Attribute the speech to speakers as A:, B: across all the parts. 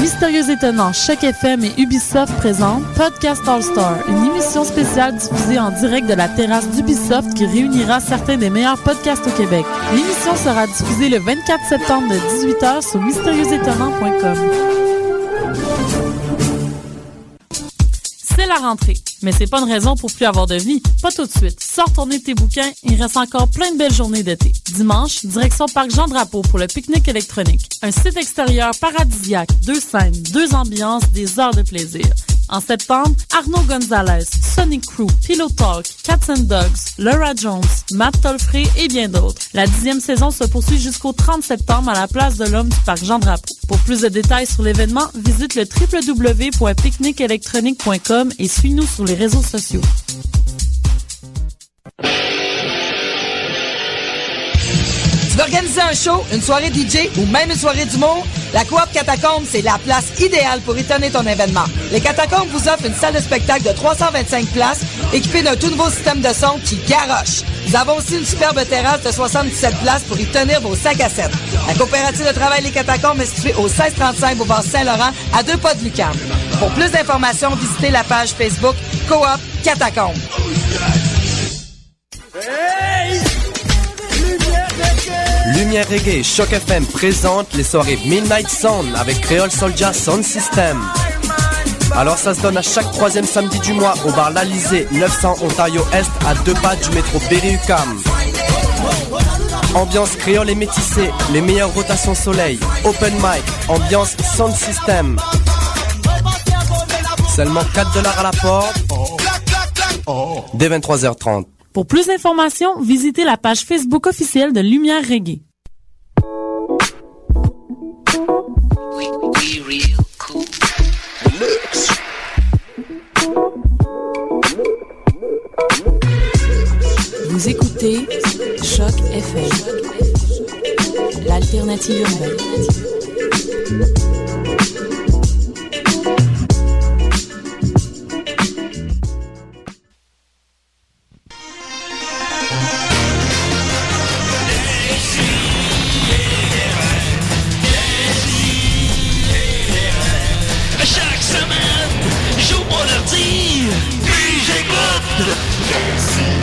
A: Mystérieux Étonnant, Choc FM et Ubisoft présentent Podcast All Star, une émission spéciale diffusée en direct de la terrasse d'Ubisoft qui réunira certains des meilleurs podcasts au Québec. L'émission sera diffusée le 24 septembre de 18h sur mystérieuxétonnant.com. C'est la rentrée, mais c'est pas une raison pour plus avoir de vie. Pas tout de suite. Sors tourner tes bouquins, il reste encore plein de belles journées d'été. Dimanche, direction Parc Jean-Drapeau pour le pique-nique électronique. Un site extérieur paradisiaque, deux scènes, deux ambiances, des heures de plaisir. En septembre, Arnaud Gonzalez, Sonic Crew, Pillow Talk, Cats and Dogs, Laura Jones, Matt Tolfrey et bien d'autres. La dixième saison se poursuit jusqu'au 30 septembre à la place de l'Homme du Parc Jean-Drapeau. Pour plus de détails sur l'événement, visite le www.picnicelectronique.com et suis-nous sur les réseaux sociaux.
B: Tu veux organiser un show, une soirée DJ ou même une soirée d'humour? La Coop Catacombe, c'est la place idéale pour étonner ton événement. Les Catacombes vous offrent une salle de spectacle de 325 places équipée d'un tout nouveau système de son qui garoche. Nous avons aussi une superbe terrasse de 77 places pour y tenir vos sacs à 7. La coopérative de travail Les Catacombes est située au 1635 Boulevard Saint-Laurent, à deux pas de Lucarne. Pour plus d'informations, visitez la page Facebook Coop Catacombes.
C: Hey! Lumière Reggae Choc FM présente les soirées Midnight Sound avec Creole Soldier Sound System. Alors ça se donne à chaque troisième samedi du mois au bar L'Alizé, 900 Ontario Est, à deux pas du métro Berry-UQAM. Ambiance créole et métissée, les meilleures rotations soleil, open mic, ambiance sound system. Seulement 4 dollars à la porte, dès 23h30.
A: Pour plus d'informations, visitez la page Facebook officielle de Lumière Reggae.
D: Vous écoutez Choc FM, l'alternative urbaine.
E: Chaque semaine, j'ouvre mon ordi, puis j'écoute.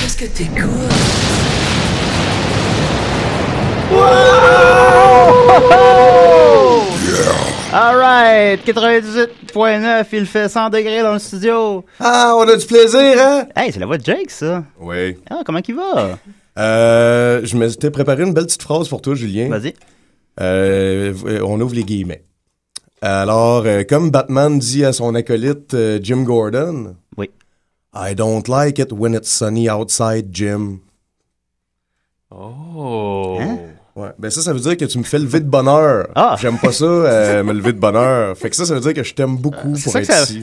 D: Qu'est-ce que t'écoutes
F: Alright, 98.9, il fait 100 degrés dans le studio.
G: Ah, on a du plaisir, hein?
F: Hey, c'est la voix de Jake, ça.
G: Oui.
F: Ah, comment qu'il va?
G: Euh, je m'étais préparé une belle petite phrase pour toi, Julien.
F: Vas-y.
G: Euh, on ouvre les guillemets. Alors, euh, comme Batman dit à son acolyte euh, Jim Gordon,
F: Oui.
G: I don't like it when it's sunny outside, Jim.
H: Oh.
G: Ouais. Ben ça, ça veut dire que tu me fais lever de bonne heure.
F: Hein? Ah.
G: J'aime pas ça, euh, me lever de bonne heure. Fait que ça, ça veut dire que je t'aime beaucoup
F: c'est
G: pour
F: ça que
G: Ah, être
F: ça-
G: ici.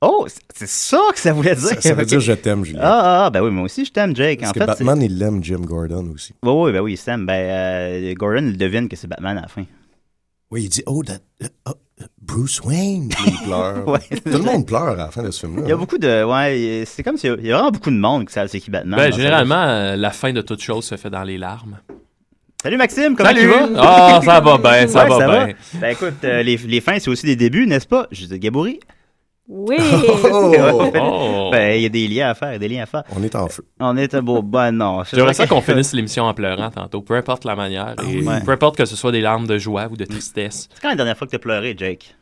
F: Oh, c'est- c'est ça que ça voulait dire.
G: Ça, ça veut
F: Ok.
G: dire je t'aime, Julien.
F: Ah, ah, ah, ben oui, moi aussi je t'aime, Jake.
G: Parce
F: en
G: que
F: fait, c'est-
G: Batman, il l'aime, Jim Gordon aussi.
F: Oui, oui, ben oui, il s'aime. Ben, euh, Gordon, il devine que c'est Batman à la fin.
G: Oui, il dit Oh, that- uh, uh, uh, Bruce Wayne. Il pleure.
F: Ouais.
G: Tout le monde pleure à la fin de ce film-là.
F: Il y a beaucoup de. Ouais, c'est comme s'il y a- il y a vraiment beaucoup de monde qui savent c'est qui Batman.
H: Ben,
F: dans
H: généralement, euh, la fin de toute chose se fait dans les larmes.
F: ça. Salut Maxime, comment
H: Salut!
F: tu vas?
H: Ah, ça va bien, ça
F: Ouais,
H: va bien.
F: Ben écoute, euh, les, les fins, c'est aussi des débuts, n'est-ce pas? Judith Gabory.
I: Oui!
G: Oh,
H: Oh.
F: Ben, il y a des liens à faire, des liens à faire.
G: on est en feu.
F: On est un beau. Ben non. c'est
H: J'aimerais
F: vrai
H: ça
F: que-
H: qu'on finisse l'émission en pleurant tantôt, peu importe la manière. et
F: ouais.
H: Peu importe que ce soit des larmes de joie ou de tristesse.
F: C'est quand la dernière fois que t'as pleuré, Jake?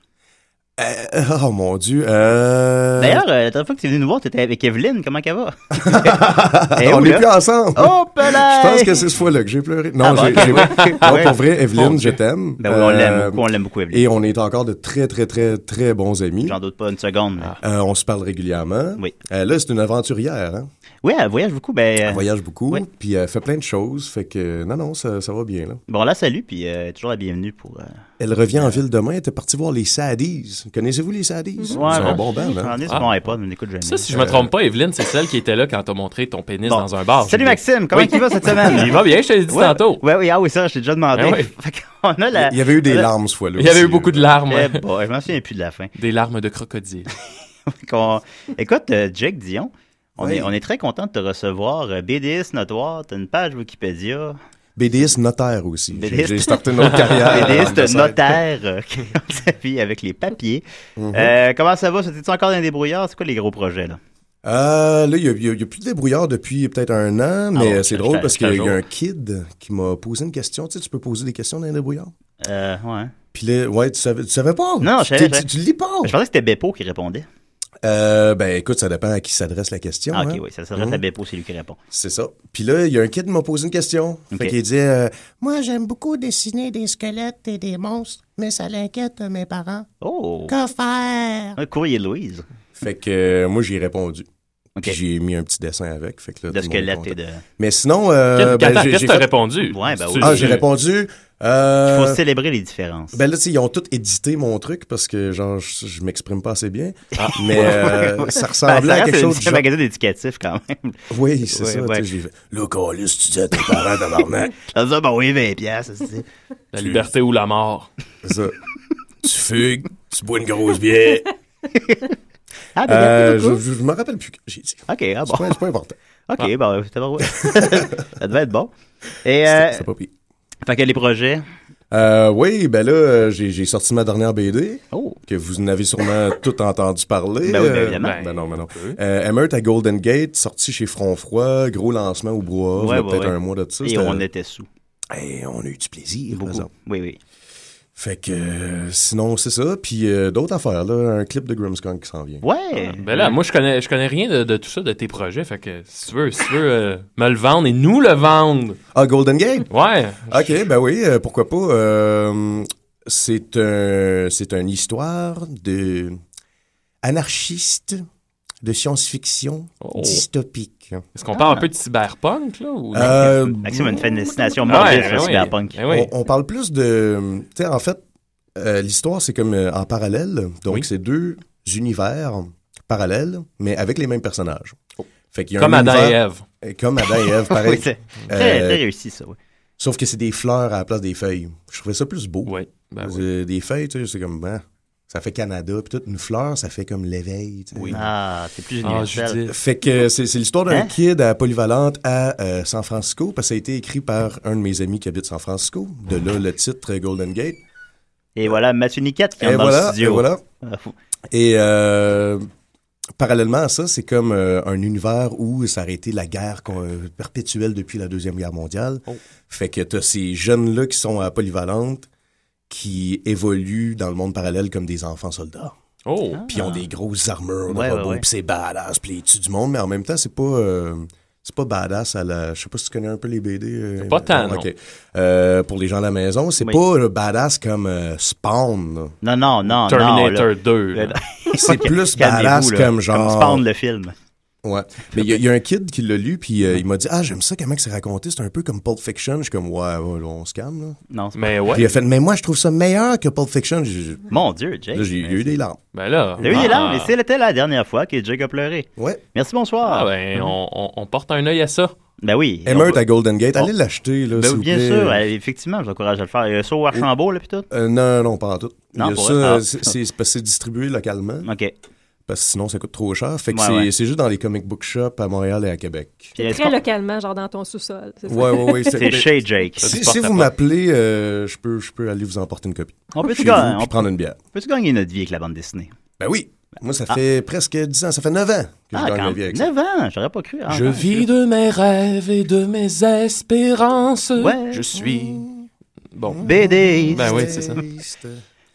G: Euh, oh mon Dieu. Euh...
F: D'ailleurs, euh, la dernière fois que tu es venu nous voir, t'étais avec Evelyne, comment qu'elle va? Eh,
G: on
F: où,
G: n'est
F: là?
G: plus ensemble.
F: Oh,
G: Je
F: pelaye!
G: pense que c'est ce fois-là que j'ai pleuré. Non,
F: Ah, bah,
G: j'ai-
F: ok,
G: j'ai-
F: ouais.
G: Non,
F: Ouais.
G: pour vrai,
F: Mon
G: Evelyne,
F: Dieu.
G: je t'aime.
F: Ben oui, on l'aime
G: Euh,
F: beaucoup, on l'aime beaucoup, Evelyne.
G: Et on est encore de très, très, très, très bons amis.
F: J'en doute pas une seconde.
H: Ah.
G: Euh, on se parle régulièrement.
F: Oui.
G: Euh, là, c'est une aventurière. Hein?
F: Oui, elle voyage beaucoup. Ben,
G: Elle
F: euh,
G: voyage beaucoup,
F: oui.
G: puis elle fait plein de choses. Fait que, non, non, ça, ça va bien. Là.
F: Bon, là, salut, puis euh, toujours la bienvenue pour. euh,
G: Elle revient en ville demain. Elle était partie voir les Sadies. Connaissez-vous les Sadies? C'est un
F: ben,
G: bon band.
F: je
G: hein?
F: m'en ai sur mon iPod, mais écoute, jamais.
H: Ah. Ça, si je me trompe pas, Evelyne, c'est celle qui était là quand t'as montré ton pénis
F: Bon.
H: dans un bar.
F: Salut
H: Julien.
F: Maxime, comment
H: Oui.
F: tu vas cette semaine?
H: Il va bien, je te l'ai dit
F: Ouais,
H: tantôt.
F: Ouais, oui, ah oui, ça, je t'ai déjà demandé.
J: Ben
H: Ah ouais.
F: Fait qu'on a la.
G: Il y avait eu des
F: la-
G: larmes ce fois-là.
H: Il y avait eu
G: aussi,
H: beaucoup de
G: là.
H: larmes.
F: Eh boy, je m'en souviens plus de la fin.
H: Des larmes de crocodile.
F: Fait qu'on- Écoute, euh, Jake Dion, on,
G: Oui.
F: est, on est très content de te recevoir. Euh, BDS Notoire, t'as une page Wikipédia.
G: BDiste notaire aussi. J'ai-
F: BDiste.
G: J'ai starté une autre carrière.
F: BDiste
G: euh,
F: notaire euh, qui gagne sa vie avec les papiers.
G: Mhm.
F: Euh, comment ça va? C'était-tu encore un débrouillard? C'est quoi les gros projets, là?
G: Euh, là, il n'y a, il y a- il y a plus de débrouillard depuis peut-être un an, mais
F: Ah ouais,
G: c'est
F: je-
G: drôle
F: je-
G: parce
F: je
G: qu'il y a
F: te
G: eu un kid qui m'a posé une question. Tu sais, tu peux poser des questions dans les débrouillards.
F: Euh, ouais.
G: Puis là, ouais, tu savais, tu savais pas.
F: Non, je
G: Oh, Tu-
F: savais,
G: tu,
F: je-
G: tu lis pas.
F: Je pensais que c'était Beppo qui répondait.
G: Euh, ben écoute, ça dépend à qui s'adresse la question.
F: Ah, ok,
G: hein.
F: oui, ça s'adresse à Beppo, c'est lui qui répond.
G: C'est ça. Puis là, il y a un kid qui m'a posé une question.
F: Ok.
G: Fait qu'il dit euh,
J: Moi, j'aime beaucoup dessiner des squelettes et des monstres, mais ça l'inquiète euh, mes parents.
F: Oh!
J: Que faire?
F: Un courrier de Louise.
G: Fait que euh, moi, j'ai répondu.
F: Ok.
G: Puis j'ai mis un petit dessin avec. Fait que là,
F: De
G: tout le monde est
F: squelette et
G: content.
F: de.
G: Mais sinon, euh,
H: Qu'est-
G: ben,
H: attends,
G: j'ai-
H: Qu'est-ce
G: j'ai
H: que t'as
G: fait-
H: répondu?
F: Ouais, ben
H: Tu-
F: oui.
G: Ah, j'ai
H: tu-
G: répondu.
F: Il
G: euh,
F: faut célébrer les différences.
G: Ben là, tu sais, ils ont tout édité mon truc parce que, genre, je, je m'exprime pas assez bien. Ah, Mais euh, ça ressemblait
F: Ah. Ben,
G: à quelque
F: reste
G: chose. du
F: un
G: genre-
F: magazine éducatif, quand même.
G: Oui, c'est
F: Ouais,
G: ça.
F: ouais.
G: tu sais, J'ai fait. Là, Calis, tu dis à Oh, tes parents tabarnak.
F: Ça se dit, ben oui, 20 piastres. ça se dit.
H: La liberté ou la mort.
G: C'est ça. Tu fugues, tu bois une grosse bière.
F: Ah, ben,
G: Euh,
F: merci beaucoup.
G: je, je me rappelle plus que j'ai dit.
F: Ok, ah
G: C'est
F: bon.
G: pas, c'est pas important.
F: Ok,
G: Ah.
F: ben, c'est bon, ouais. Ça devait être bon. Et, euh,
G: C'est- C'est pas pire.
F: fait que les projets.
G: Euh, oui, ben là, euh, j'ai j'ai sorti ma dernière BD,
F: Oh!
G: que vous en avez sûrement tout entendu parler.
F: Ben oui, ben
G: Euh,
F: évidemment.
G: Ben non, ben non. Euh, Emeute à Golden Gate, sorti chez Front Froid, gros lancement au
F: Ouais,
G: Brouhaha, Oh, il y a
F: ouais,
G: peut-être
F: ouais.
G: un mois de ça.
F: Et
G: c'était-
F: on était sous.
G: Hey, on a eu du plaisir, par
F: Beaucoup.
G: exemple.
F: Oui, oui.
G: Fait que, euh, sinon, c'est ça. Puis euh, d'autres affaires, là, un clip de Grimmskong qui s'en vient.
F: Ouais!
H: Ben là, moi, je connais, je connais rien de, de tout ça, de tes projets. Fait que si tu veux, si tu veux euh, me le vendre et nous le vendre.
G: Ah, Golden Gate?
H: Ouais.
G: OK, ben oui, euh, pourquoi pas. Euh, c'est un, c'est une histoire de anarchiste, de science-fiction
H: Oh.
G: dystopique.
H: Est-ce qu'on
F: Ah.
H: parle un peu de cyberpunk, là? Ou...
G: Euh,
F: Maxime a une fan destination
H: Ouais,
F: morbide
H: ben
F: sur
H: oui,
F: Cyberpunk.
H: ben oui.
G: on, on parle plus de... Tu sais, en fait, euh, l'histoire, c'est comme euh, en parallèle. Donc,
H: Oui.
G: c'est deux univers parallèles, mais avec les mêmes personnages. Fait qu'il y a
H: Oh. Comme
G: un
H: Adam et
G: univers-
H: Ève.
G: Euh, Comme Adam et Ève,
F: Oui,
G: pareil.
F: c'est très,
G: Euh,
F: très réussi, ça, oui.
G: Sauf que c'est des fleurs à la place des feuilles. Je trouvais ça plus beau.
H: Ouais. Ben
G: C'est
H: oui.
G: Des feuilles, tu sais, c'est comme... ben, ça fait Canada, puis tout. Une fleur, ça fait comme l'éveil. tu sais.
F: Ah, c'est plus
H: Ah,
F: universel.
H: Judith.
G: Fait que c'est c'est l'histoire d'un
F: Hein?
G: kid à Polyvalente à euh, San Francisco, parce que ça a été écrit par un de mes amis qui habite San Francisco. De là, le titre euh, Golden Gate.
F: et voilà, Mathieu Niquette qui est
G: Et
F: dans le
G: voilà, et
F: studio.
G: voilà.
F: Ah, fou.
G: Et euh, parallèlement à ça, c'est comme euh, un univers où ça a été la guerre qu'on- euh, perpétuelle depuis la Deuxième Guerre mondiale.
H: Oh.
G: Fait que t'as ces jeunes-là qui sont à Polyvalente, qui évoluent dans le monde parallèle comme des enfants soldats.
H: Oh.
F: Ah.
G: Puis ils ont des grosses armures de
F: Ouais, ouais,
G: robots,
F: ouais.
G: puis c'est badass, puis ils tuent du monde, mais en même temps, c'est pas... euh, c'est pas badass à la. Je sais pas si tu connais un peu les BD. euh,
H: Pas tant, non.
G: ok. Euh, pour les gens à la maison, c'est
F: Oui.
G: pas euh, badass comme euh, Spawn. là.
F: Non, non, non,
H: Terminator
F: non.
H: 2.
F: là.
H: là.
G: C'est plus
F: Calmez-vous,
G: badass
F: là.
G: comme genre.
F: Comme Spawn, le film.
G: Ouais. Mais il y, a- il y a un kid qui l'a lu, puis euh, il m'a dit Ah, j'aime ça, comment que c'est raconté. C'est un peu comme Pulp Fiction. Je suis comme Ouais, ouais, là, on se calme. Là.
F: Non, c'est-
H: Mais
G: Puis il
H: ouais.
G: a fait Mais moi, je trouve ça meilleur que Pulp Fiction. J'ai-
F: Mon Dieu, Jake.
G: Là, j'ai eu des larmes.
H: Ben là.
F: T'as eu
H: ah.
F: des larmes, et c'était la dernière fois que Jake a pleuré.
G: Ouais.
F: Merci, bonsoir. Hum.
H: Ah ben, on, on- on porte un œil à ça.
F: Ben oui.
G: Emeute
F: On-
G: à Golden Gate.
F: on-
G: Allez
H: Oh.
G: l'acheter, là,
F: Ben,
G: s'il vous
F: bien
G: plaît.
F: sûr, euh, effectivement, je vous encourage à le faire. Il y a Saut Archambault, là, puis tout.
G: Euh, non, non, pas en tout. Il y
F: Non,
G: a
F: pour
G: ça,
F: vrai? Ah.
G: euh, c'est- c'est c'est parce que c'est distribué localement,
F: OK.
G: parce que sinon ça coûte trop cher. Fait que
F: Ouais,
G: c'est
F: ouais.
G: c'est juste dans les comic book shops à Montréal et à Québec.
F: Et est-ce
I: Très
F: qu'on-
I: localement, genre dans ton sous-sol. c'est ça?
G: Ouais, ouais, ouais.
F: C'est chez Jake.
G: Si,
H: Tu
G: si
H: portes
G: vous
H: pas.
G: m'appelez, euh, je peux, je peux aller vous emporter une copie.
F: On peut-tu
G: Chez
F: gagner-
G: vous, puis
F: on-
G: prendre une bière.
F: Peux-tu gagner notre vie avec la bande dessinée?
G: Ben oui. Moi, ça fait presque 10 ans, ça fait 9 ans que je
F: Ah,
G: gagne
F: quand
G: ma vie
F: même.
G: avec ça.
F: 9 ans, j'aurais pas cru. Ah,
H: Je
F: ah,
H: vis de mes rêves et de mes espérances.
F: Ouais.
H: Je suis. Bon.
F: BD.
H: Ben oui, c'est ça.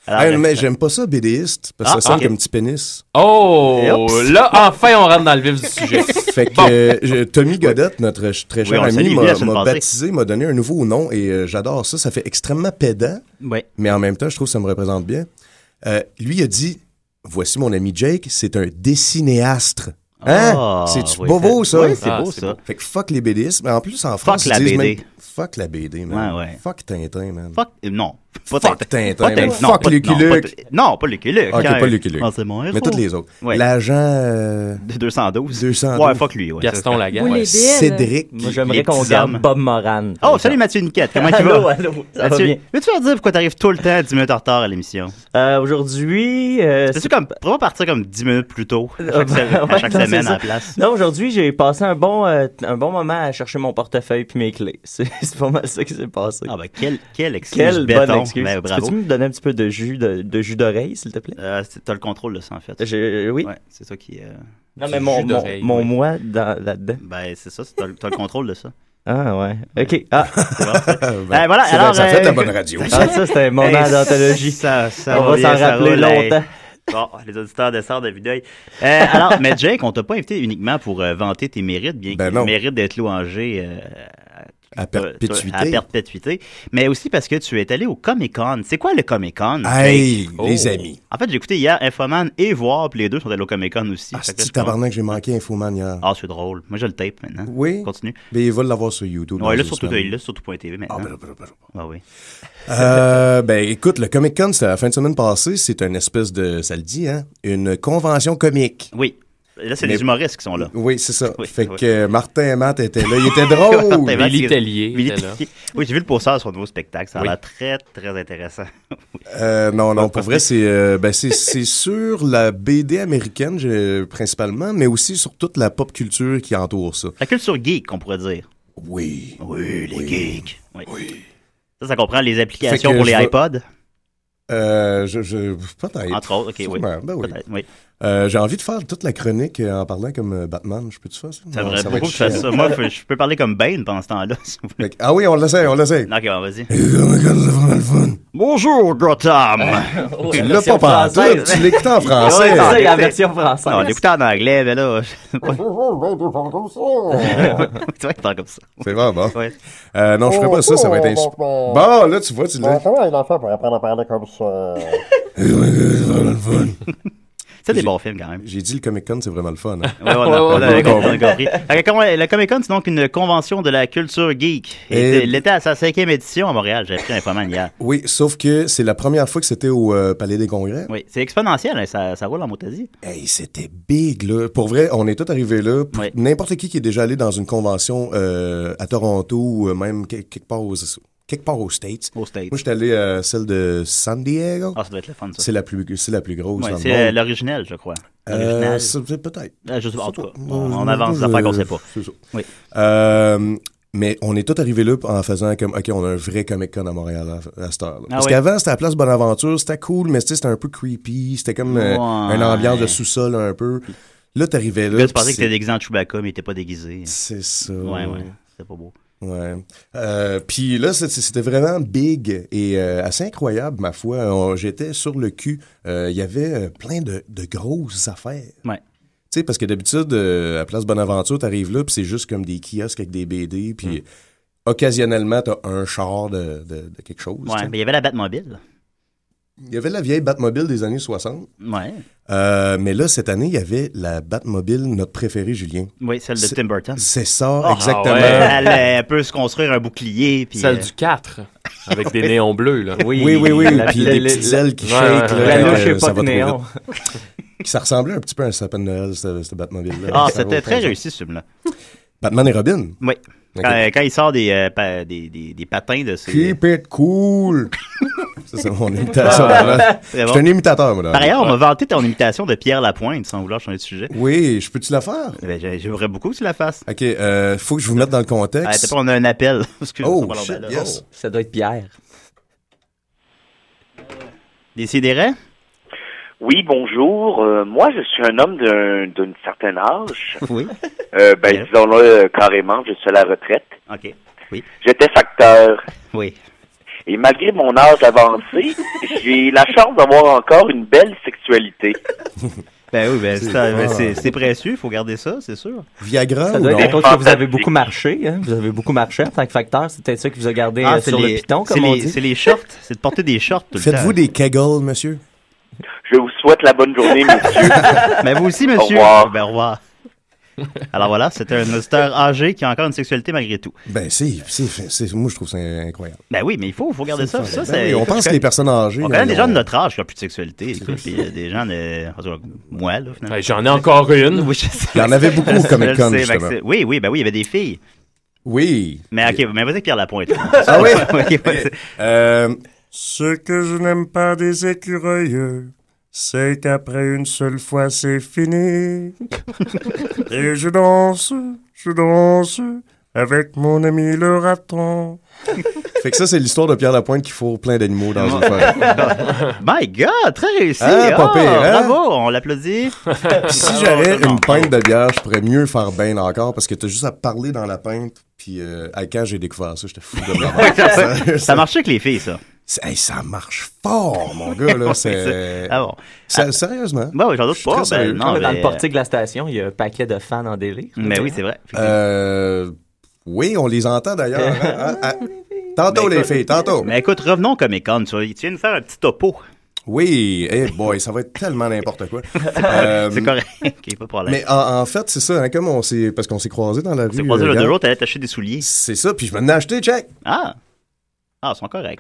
F: Alors, euh,
G: Hey,
F: le-
G: mais j'aime pas ça, BDiste, parce que
H: Ah,
G: ça sent
H: ok.
G: comme petit pénis.
H: Oh!
F: Oups.
H: Là, enfin, on rentre dans le vif du sujet.
G: Fait que euh, je- Tommy Godette, notre ch- très cher
F: on le salue,
G: ami,
F: lui,
G: m'a
F: la semaine
G: m'a
F: passée.
G: baptisé, m'a donné un nouveau nom et euh, j'adore ça. Ça fait extrêmement pédant,
F: Ouais.
G: mais en même temps, je trouve que ça me représente bien. Euh, lui a dit Voici mon ami Jake, c'est un dessinéastre. Hein?
F: Ah,
G: C'est-tu
F: oui,
G: pas beau, ça?
F: Oui, c'est
H: Ah,
F: beau,
H: c'est
F: ça.
G: Fait que fuck les BDistes. Mais en plus, en France, ils
F: la
G: disent
F: BD.
G: même- Fuck la BD, man.
F: Ouais, ouais.
G: Fuck Tintin, man.
F: Fuck. euh, Non. Pas
G: Fuck Tintin,
F: Pas
G: man.
F: non,
G: Fuck
F: pas-
G: Lucky
F: non, pas
G: Luke.
F: t- Non, pas Lucky Luke.
G: Ok,
F: Hein,
G: pas Lucky Luke.
F: Ah, c'est mon héros.
G: Mais toutes les autres.
F: Ouais.
G: L'agent. euh,
F: De 212.
G: 212.
F: Ouais, fuck lui. Ouais,
H: Gaston
F: Ça,
H: Lagarde.
I: Ou les billes.
G: Cédric.
J: Moi,
F: Les
J: j'aimerais qu'on
F: petits hommes.
J: garde Bob Moran.
F: Oh, salut Mathieu Niquette, comment tu
J: Allô,
F: vas?
J: allô, ça va
F: Mathieu,
J: bien.
F: veux-tu leur dire pourquoi t'arrives tout le temps 10 minutes en retard à l'émission?
J: Euh, Aujourd'hui, euh,
F: C'est-tu comme, pourquoi partir comme 10 minutes plus tôt à chaque,
J: Ah,
F: se- à
J: ouais,
F: chaque
J: non, c'est
F: semaine à
J: ça.
F: la place?
J: Non, aujourd'hui, j'ai passé un bon, euh, un bon moment à chercher mon portefeuille puis mes clés. C'est c'est pas mal ça qui s'est passé.
F: Ah ben, quelle, quelle excuse
J: Quelle
F: béton.
J: bonne excuse.
F: Ben, bravo.
J: Peux-tu me donner un petit peu de jus de, de jus d'oreille, s'il te plaît?
F: Euh, c'est- T'as le contrôle de ça, en fait.
G: euh,
J: oui.
F: Ouais, c'est ça qui... euh,
J: Non,
F: du
J: mais mon,
F: jus
J: mon,
F: d'oreille,
J: mon
F: oui.
J: moi dans- là-dedans.
F: Ben, c'est ça, c'est- t'as le t'as le contrôle de ça.
J: Ah, ouais. OK. Ah.
F: Ben, voilà,
J: C'est
F: alors,
J: vrai, ça fait
F: euh,
J: la bonne radio. Ah, ça, c'était un moment
F: Hey,
J: d'anthologie.
F: Ça, ça
J: On va
F: bien,
J: s'en
F: ça
J: rappeler
F: roule, hey.
J: longtemps.
F: Bon, les auditeurs descendent de Videuil. Euh, alors, mais Jake, on t'a pas invité uniquement pour euh, vanter tes mérites, bien
G: Ben
F: qu'ils
G: non.
F: méritent d'être louangés euh,
G: À
F: toi-
G: perpétuité.
F: toi- à perpétuité, mais aussi parce que tu es allé au Comic Con. C'est quoi le Comic Con?
G: Hey,
F: Jake?
J: Oh.
G: les amis.
F: En fait, j'ai écouté hier Infoman et Voir, puis les deux sont allés au Comic Con aussi. Fait que là, je
G: Petit
F: comprends-
G: Ah, tabarnak, j'ai manqué Infoman hier.
F: Ah, c'est drôle. Moi, je le tape maintenant.
G: Oui.
F: Continue.
G: Mais ils veulent l'avoir sur YouTube. dans
F: Ouais, là,
G: une
F: surtout,
G: semaine.
F: il l'a sur tout.tv maintenant.
G: ben,
F: Ah, oui.
G: Euh, ben écoute, le Comic Con, c'était la fin de semaine passée, c'est une espèce de, ça le dit, hein, une convention comique.
F: Oui. Et Là, c'est
G: Mais-
F: les humoristes qui sont là.
G: Oui, c'est ça. fait
F: oui.
G: que euh, Martin et Matt étaient là, ils étaient drôles.
F: Martin Matt, il- Billy Tellier. Oui, j'ai vu le poster de son nouveau spectacle. Ça a
G: Oui.
F: l'air très, très intéressant.
G: Euh, non, non, pour vrai, c'est euh, ben, c'est- c'est sur la BD américaine je- principalement, mais aussi sur toute la pop culture qui entoure ça.
F: La culture geek, on pourrait dire.
G: Oui.
F: Oui, les
G: Oui.
F: geeks. Oui. Ça, ça comprend les applications
G: Fait que
F: pour les
G: je vais-
F: iPods.
G: Euh, je, je, peut-être.
F: Entre autres, ok, oui.
G: Sûrement, ben oui.
F: Peut-être, oui.
G: Euh, J'ai envie de faire toute la chronique euh, en parlant comme euh, Batman. Je peux-tu faire ça?
F: Ça
G: Non,
F: devrait
G: va
F: beaucoup
G: être
F: que je fasse
G: chiant.
F: ça. Moi, je, je peux parler comme Bane pendant ce temps-là. si vous voulez.
G: Ah oui, on l'essaie, on l'essaie.
F: Ok, bon, vas-y. Bonjour, Gotham!
G: Oh, Tu la l'as version pas pantoute, française. tu l'écoutes en français.
F: Ouais,
G: C'est la
J: version française.
F: Non, on l'écoute en anglais, mais là... je- C'est vrai que parle comme ça.
G: Oh. C'est vraiment bon. Euh, non, je ferai pas ça, ça va être
K: Oh,
G: insu... Bon, là, tu vois, tu l'as.
K: Comment il en fait pour apprendre à parler comme ça?
F: C'est des bons films, quand même.
G: J'ai dit le Comic-Con, c'est vraiment le fun. hein.
F: Ouais, on a- on a-
G: On a
F: on a
G: compris.
F: compris. Fait que comment- La Comic Con, c'est donc une convention de la culture geek. Et
G: Et-
F: L'été à sa cinquième édition à Montréal, j'ai appris un informel hier.
G: Oui, sauf que c'est la première fois que c'était au euh, Palais des Congrès.
F: Oui, c'est exponentiel, hein, ça, ça roule en motasie.
G: Hey, c'était big, là. Pour vrai, on est tous arrivés là. P-
F: Oui.
G: N'importe qui qui est déjà allé dans une convention euh, à Toronto ou euh, même que- quelque part aux, quelque part aux States. Moi, j'étais allé à celle de San Diego.
F: Ah, ça doit être le fun, ça.
G: C'est la plus, c'est la plus grosse
F: Ouais,
G: dans le
F: c'est euh,
G: monde.
F: l'original, je crois.
G: Euh,
F: L'original.
G: c'est- peut-être.
F: Ah, je sais pas, en
G: C'est
F: tout cas,
G: pas-
F: on,
G: moi,
F: on
G: moi,
F: avance des
G: je-
F: affaires qu'on sait pas.
G: c'est ça.
F: Oui.
G: Euh, mais on est tous arrivés là en faisant comme, OK, on a un vrai Comic-Con à Montréal à, à cette heure-là.
F: Ah
G: Parce
F: oui.
G: qu'avant, c'était à la Place Bonaventure, c'était cool, mais tu sais, c'était un peu creepy, c'était comme euh,
F: Ouais.
G: une ambiance de sous-sol un peu. Là, t'arrivais là.
F: Là, tu
G: pis
F: pensais que
G: c'est-
F: t'étais déguisé en Chewbacca, mais t'es pas déguisé. hein.
G: C'est ça.
F: Ouais, ouais, c'était pas beau.
G: Ouais. Euh, Puis là, c'est- c'était vraiment big et euh, assez incroyable, ma foi. Euh, On- J'étais sur le cul. Euh, Il y avait euh, plein de, de grosses affaires.
F: Ouais.
G: Tu sais, parce que d'habitude, euh, à Place Bonaventure, t'arrives là, puis c'est juste comme des kiosques avec des BD, puis
F: Hmm.
G: occasionnellement, t'as un char de, de- de quelque chose. tu
F: Ouais,
G: sais.
F: mais il y avait la Batmobile.
G: Il y avait la vieille Batmobile des années 60.
F: Ouais.
G: Euh, mais là, cette année, il y avait la Batmobile, notre préférée, Julien.
F: Oui, celle de
G: C'est-
F: Tim Burton.
G: C'est ça,
F: Ah,
G: exactement.
F: ouais, Elle, elle peut se construire un bouclier. Puis,
H: Celle du 4, avec des
F: Oui.
H: néons bleus. Là.
F: Oui.
G: Oui, oui, oui.
F: La-
G: puis
F: la-
G: des
F: la-
G: petites ailes qui
H: Ouais,
G: shake.
H: ouais,
G: là,
H: ouais. La
G: quand,
H: louche,
G: euh,
H: c'est pas
G: ça
H: de
G: va trop
H: néon.
G: vite. ça ressemblait un petit peu à un sapin de Noël, ce, ce Batmobile-là.
F: Ah,
G: Ça vaut
F: c'était très
G: aucun
F: réussi, ce film-là.
G: sens. Batman et Robin.
F: Oui.
G: Ok.
F: Quand, euh, quand il sort des, euh, pa- des, des, des patins de ses.
G: Keep it cool. ça, c'est mon imitation. là. Je
F: C'est
G: suis
F: bon.
G: un imitateur, moi. là.
F: Par ailleurs, on m'a vanté ton imitation de Pierre Lapointe, sans vouloir changer de sujet.
G: Oui, je peux-tu la faire?
F: Ben, j'ai- J'aimerais beaucoup que tu la fasses.
G: OK, euh, faut que je vous mette dans le contexte.
F: Ah, t'as pas, on a un appel. Excuse,
G: Oh,
F: ça va long,
G: shit,
F: ben là.
G: yes.
J: Ça doit être Pierre.
F: Euh, Décidérez?
L: Oui, bonjour. Euh, moi, je suis un homme d'un d'un certain âge.
F: Oui.
L: Euh, ben, disons-le euh, carrément, je suis à la retraite.
J: Ah,
F: OK. Oui.
L: J'étais facteur.
F: Oui.
L: Et malgré mon âge avancé, j'ai la chance d'avoir encore une belle sexualité.
F: Ben oui, ben
L: C'est
F: ça,
L: bon.
F: ben, c'est c'est précieux, il faut garder ça, c'est sûr.
G: Viagra
J: Ça doit être à cause que vous avez beaucoup marché. hein. Vous avez beaucoup marché en tant que facteur. C'est peut-être ça qui vous a gardé
F: Ah,
J: euh,
F: c'est
J: sur
F: les-
J: le piton,
F: c'est
J: comme on
F: les-
J: dit.
F: C'est les shorts. C'est de porter des shorts tout le temps.
G: Faites-vous des kegels, monsieur?
L: Je vous souhaite la bonne journée, monsieur.
F: Mais vous aussi, monsieur.
L: Au revoir.
F: Ben, au revoir. Alors voilà, c'était un auditeur âgé qui a encore une sexualité malgré tout.
G: Ben, c'est, c'est, c'est- moi, je trouve ça incroyable.
F: Ben oui, mais il faut, faut garder ça.
G: le fun.
F: ça
G: Ben
F: c'est-
G: oui, on pense que les personnes âgées, ben,
F: On
G: là,
F: connaît des
G: ils
F: gens
G: ont-
F: de notre âge qui n'ont plus de sexualité. écoute, puis, euh, des gens de. en tout cas, Moi, là, finalement.
H: J'en ai encore une.
G: Il y en avait beaucoup au
F: Je
G: Comic
F: le
G: Con,
F: sais,
G: justement.
F: Maxime. Oui, oui, ben oui, il y avait des filles.
G: Oui.
F: Mais ok, mais vas-y, Pierre Lapointe.
G: Ah oui?
F: vas-y.
G: Euh,
M: Ce que je n'aime pas des écureuils, c'est qu'après une seule fois, c'est fini. Et je danse, je danse, avec mon ami le raton.
G: Fait que ça, c'est l'histoire de Pierre Lapointe qui fourre plein d'animaux dans une forêt.
F: My God, très réussi.
G: Hein,
F: Ah,
G: pas pire, hein?
F: Bravo, on l'applaudit.
G: Puis si j'avais une pinte de bière, je pourrais mieux faire bain encore parce que t'as juste à parler dans la pinte. Puis euh, hey, quand j'ai découvert ça, j'étais fou de
F: ça,
G: moi.
F: ça marchait avec les filles, ça.
G: ça marche fort, mon gars. Là,
F: Ouais,
G: c'est...
F: c'est- ah bon.
G: Ça- sérieusement?
F: Bah oui, j'en doute
G: Je suis
F: pas.
G: très
F: ben,
G: sérieux.
F: non,
J: dans
F: mais-
J: le portique de la station, il y a un paquet de fans en délire.
F: Mais oui, c'est vrai.
G: Euh, oui, on les entend d'ailleurs.
J: Ah,
G: hein, hein, hein. Tantôt,
F: Mais
G: les
F: écoute-
G: filles, tantôt.
F: Mais écoute, revenons comme Comic-Con. Tu, tu viens de faire un petit topo.
G: Oui, hey boy, ça va être tellement n'importe quoi. Euh,
F: c'est correct. OK, pas de problème.
G: Mais en, en fait, c'est ça, hein, comme on s'est, parce qu'on s'est croisés dans la rue.
F: Tu croisé
G: euh,
F: le deux
G: hier.
F: jours, t'allais t'acheter des souliers.
G: C'est ça, puis je me l'ai acheté, check.
F: Ah! Ah, ils sont corrects.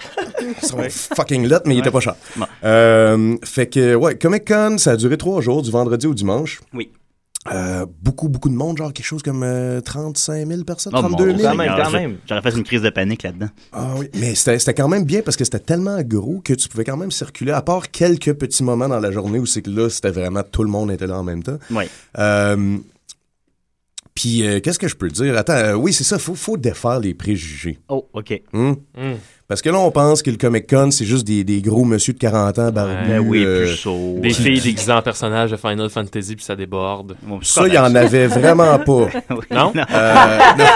G: Ils sont fucking lot, mais il
F: Ouais.
G: était pas cher.
F: Bon.
G: Euh, fait que, ouais, Comic Con, ça a duré trois jours, du vendredi au dimanche.
F: Oui.
G: Euh, beaucoup, beaucoup de monde, genre quelque chose comme euh, 35 000 personnes,
F: Oh, mon
G: 32 000.
F: Dieu, Seigneur, je- J'aurais fait une crise de panique là-dedans.
G: Ah oui, mais c'était c'était quand même bien parce que c'était tellement gros que tu pouvais quand même circuler, à part quelques petits moments dans la journée où c'est que là, c'était vraiment tout le monde était là en même temps.
F: Oui.
G: Euh, Puis, euh, qu'est-ce que je peux dire? Attends, euh, oui, c'est ça, faut, faut défaire les préjugés.
F: Oh, OK.
G: Hum?
F: Mm.
G: Parce que là, on pense que le Comic-Con, c'est juste des, des gros monsieur de 40 ans barbus.
F: Ben oui,
G: euh,
F: puceaux.
H: Des
F: qui-
H: filles
F: qui-
H: déguisées en personnages de Final Fantasy, puis ça déborde.
G: Ça, il y en avait vraiment pas.
H: Non?
G: Euh,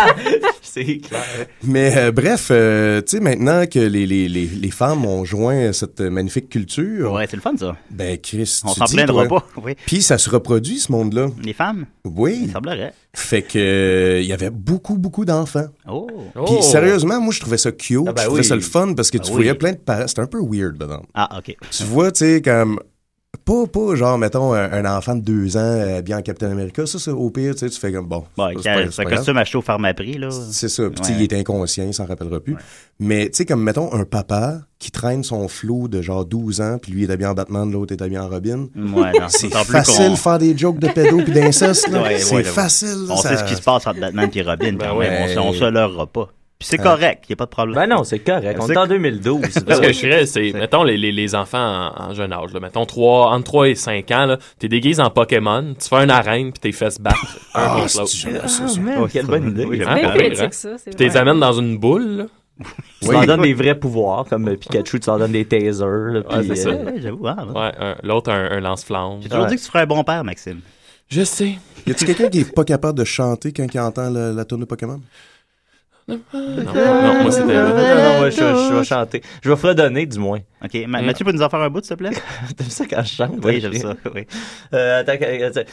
J: c'est clair.
G: Mais euh, bref, euh, tu sais, maintenant que les, les, les, les femmes ont joint cette magnifique culture.
F: Ouais, c'est le fun, ça.
G: Ben, Chris,
F: On
G: tu
F: s'en
G: dis,
F: plaindra
G: toi.
F: pas, oui.
G: Puis ça se reproduit, ce monde-là.
F: Les femmes?
G: Oui.
F: Il semblerait.
G: Fait que euh, il y avait beaucoup, beaucoup d'enfants.
F: Oh!
G: Puis sérieusement, moi, je trouvais ça cute.
F: Ah, ben
G: je trouvais
F: oui.
G: ça le fun parce que tu
F: Ben
G: voyais
F: oui.
G: plein de parents. C'était un peu weird, dedans.
F: Ah, OK.
G: Tu vois, tu sais, comme. Pas, pas, genre, mettons, un, un enfant de deux ans euh, bien en Captain America. Ça, c'est au pire, tu sais, tu fais comme bon.
F: Bon,
G: c'est pas-
F: c'est
G: c'est pas- c'est
F: un
G: pas grave.
F: Bah, costume acheté au pharmaprix, là.
G: C'est ça. Euh, Puis, tu sais,
F: Ouais.
G: il est inconscient, il s'en rappellera plus. Mais, tu sais, comme, mettons, un papa qui traîne son flou de genre 12 ans, puis lui est habillé en Batman, l'autre est habillé en Robin.
F: Ouais, non,
G: c'est
F: d'autant plus
G: facile
F: qu'on-
G: faire des jokes de pédo puis d'inceste, là.
F: Ouais,
G: c'est
F: ouais, là,
G: facile.
F: On
G: ça-
F: sait ce qui se passe entre Batman et Robin,
J: Ben
F: quand
G: ouais.
F: même. On se- On se leurra pas. Puis c'est
J: Ah.
F: correct, il n'y a pas de problème. Ben non, c'est correct.
J: On est en 2012.
H: Parce que je dirais, c'est, mettons, les, les, les enfants en, en jeune âge, là, mettons, 3, entre 3 et 5 ans, là, t'es déguisé en Pokémon, tu fais une arène, puis t'es fait se battre un
G: Ah,
H: contre
G: c'est
H: l'autre. Oh,
G: génial, ça,
J: Ah, ça. man, quelle bonne idée.
H: Oui,
J: C'est
H: j'aime
J: bien
H: pas rire,
J: poétique,
H: hein.
J: ça, c'est
H: Puis t'es
J: vrai.
H: amènes dans une boule, là.
J: Tu leur donnes des vrais pouvoirs, comme euh, Pikachu, tu leur donnes des tasers. là,
H: Ouais,
J: puis,
H: c'est ça.
J: euh,
F: j'avoue. hein.
H: Ouais, un- l'autre, un, un lance-flamme.
F: J'ai toujours dit que tu ferais un bon père, Maxime.
H: Je sais.
G: Y a-tu quelqu'un qui est pas capable de chanter quand il entend la, la tourne de Pokémon?
H: Non,
J: non, moi, c'était- Non, non, moi, je- je- je vais chanter. Je vais fredonner, du moins.
F: OK, Ma- Mathieu, peux nous en faire un bout, s'il te plaît?
J: T'aimes ça quand je chante?
F: Oui, j'aime ça, oui.
J: Euh, attends, euh, attends.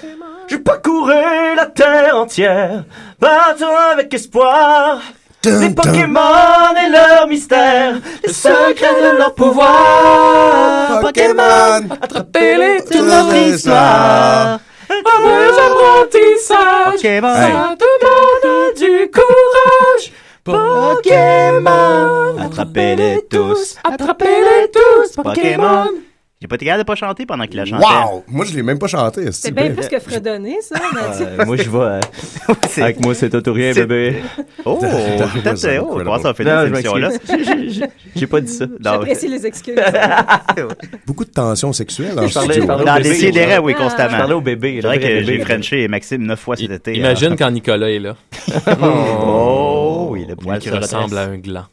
J: J'ai parcouru la terre entière, partant avec espoir. Les Pokémon et leur mystère, le secret de leur pouvoir.
G: Pokémon,
J: attrapez-les, toute
G: notre histoire.
J: Vos apprentissages,
F: Pokémon.
J: ça demande du courage. Pokémon,
F: Attrapez-les tous.
J: attrapez-les tous,
F: Pokémon. J'ai pas été capable de pas chanter pendant qu'il a chanté.
G: Wow! Moi, je l'ai même pas chanté.
I: C'est bien plus que fredonner, ça, Mathieu.
J: Euh, moi, je vais. Avec moi, c'est tout ou rien,
F: C'est-
J: bébé.
F: Oh, peut-être, euh, oh, comment ça va finir
J: Non,
F: cette
J: je
F: émission-là?
J: m'excuse. J'ai- j'ai- J'ai pas dit ça.
I: J'apprécie les excuses.
G: Beaucoup de tensions sexuelles en
J: Je parlais-
G: studio.
J: je parlais au
F: Dans
J: bébé,
F: les sidérés, oui,
I: Ah.
F: constamment.
J: Je parlais au bébé,
F: C'est
J: là,
F: vrai
J: bébé,
F: que j'ai
J: bébé.
F: Frenché et Maxime neuf fois cet été.
H: Imagine
F: hein.
H: quand Nicolas est là.
F: Oh, oui, le poil
H: Qui
F: se redresse.
H: ressemble à un gland.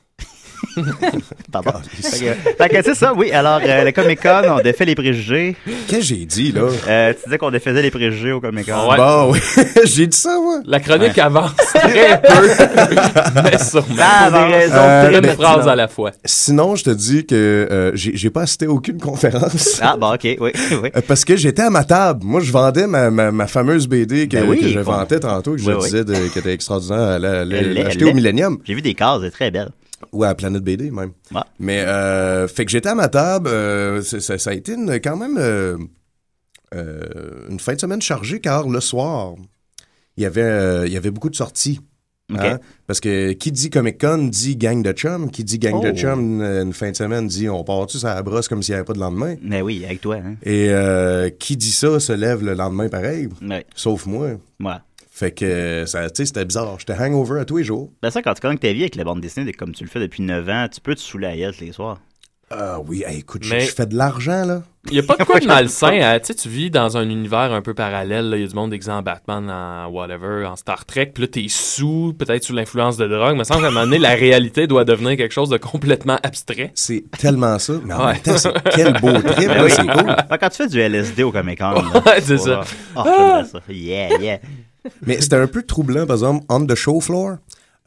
F: Pardon. Fait que- fait que c'est ça, oui. Alors, euh, le Comic-Con, on défait les préjugés.
G: Qu'est-ce que j'ai dit, là?
F: Euh, tu disais qu'on défaisait les préjugés au Comic-Con.
H: Ouais.
G: Bon, oui. j'ai dit ça, moi.
H: La chronique avance très peu, mais sûrement.
F: Ça Ah, avance. Des raisons
G: Euh,
H: une
G: ben,
H: phrase à la fois.
G: Sinon, je te dis que euh, j'ai j'ai pas assisté à aucune conférence.
F: Ah, bah, OK, oui, oui.
G: Euh, Parce que j'étais à ma table. Moi, je vendais ma, ma, ma fameuse BD que,
F: Ben oui,
G: que je
F: bon.
G: vantais tantôt, que je
F: Oui, oui.
G: disais de- qui était extraordinaire à la- la-
F: Elle l'est,
G: l'acheter
F: elle
G: au
F: l'est.
G: Millennium.
F: J'ai vu des cases, c'est très belle.
G: Ou à Planète BD, même.
F: Ouais.
G: Mais, euh, fait que j'étais à ma table. euh, c'est- ça, ça a été une- quand même euh, euh, une fin de semaine chargée, car le soir, il y avait, euh, il y avait beaucoup de sorties.
F: Ok.
G: hein. Parce que qui dit Comic-Con dit gang de chum. Qui dit gang de
F: Oh.
G: chum euh, une fin de semaine dit on part-tu ça la brosse comme s'il n'y avait pas de lendemain.
F: Mais oui, avec toi, hein.
G: Et euh, qui dit ça se lève le lendemain pareil,
F: Ouais.
G: sauf moi.
F: Ouais.
G: Fait que, euh, ça, tu sais, c'était bizarre. J'étais hangover à tous les jours.
F: Ben ça, quand tu connectes ta vie avec la bande dessinée, comme tu le fais depuis 9 ans, tu peux te saouler à la gueule les soirs.
G: Ah oui, hey, écoute, je-
H: Mais-
G: je fais de l'argent, là.
H: Il n'y a pas de quoi de
G: Ouais,
H: malsain. hein.
G: je-
H: à- Tu sais, tu vis dans un univers un peu parallèle. Il y a du monde exempt en Batman, en whatever, en Star Trek. Puis là, t'es sous, peut-être sous l'influence de drogue. Mais sans qu'à un moment donné, la réalité doit devenir quelque chose de complètement abstrait.
G: C'est tellement ça. Mais en
H: Ouais.
G: même temps, c'est quel beau trip,
F: Ben
G: là,
F: oui.
G: c'est cool.
F: Fait Quand tu fais du LSD au Comic-Con,
H: Ouais, c'est ça.
F: Oh, j'aimerais ça. Yeah, yeah.
G: Mais c'était un peu troublant, par exemple, on the show floor.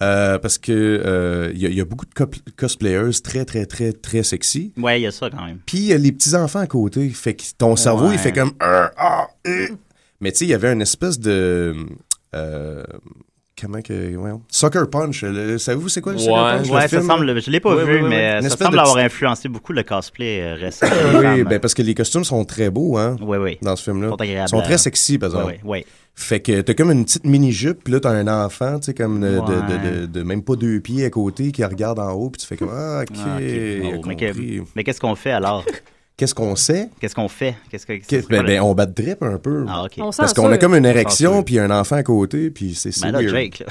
G: euh, parce que euh, il y, a- il y a beaucoup de cop- cosplayers très, très, très, très sexy.
F: Ouais, il y a ça quand même.
G: Puis il y a les petits-enfants à côté. Fait que ton cerveau,
F: Ouais.
G: il fait comme. Euh, ah, euh. Mais tu sais, il y avait une espèce de. euh, comment que. voyons, Sucker Punch. Euh, Le- Savez-vous c'est quoi le Sucker Punch? le
F: Ouais, ça
G: film, là?
F: semble, je l'ai pas
G: Oui,
F: vu,
G: oui, oui.
F: mais
G: Une
F: ça
G: espèce
F: semble
G: de
F: avoir
G: petit-
F: influencé beaucoup le cosplay euh, récent.
G: Oui, ben parce que les costumes sont très beaux, hein, dans ce film-là.
F: agréables,
G: Ils sont
F: hein.
G: très sexy, par exemple.
F: Oui, oui, oui.
G: Fait que t'as comme une petite mini-jupe, puis là, t'as un enfant, tu sais, comme de, de-
F: Ouais.
G: de- de- de même pas deux pieds à côté, qui regarde en haut, puis tu fais comme, ah, ok,
F: Ah, ok.
G: il a
F: Oh, mais
G: compris.
F: que- mais qu'est-ce qu'on fait alors?
G: Qu'est-ce qu'on sait?
F: Qu'est-ce qu'on fait? Qu'est-ce que,
G: Que- ben, ben, on bat de drip un peu.
F: Ah, ok. On
G: Parce
F: censure.
G: qu'on a comme une
F: On
G: érection,
F: censure.
G: puis un enfant à côté, puis c'est
F: Ben
G: c'est
F: là,
G: weird.
F: Jake, là.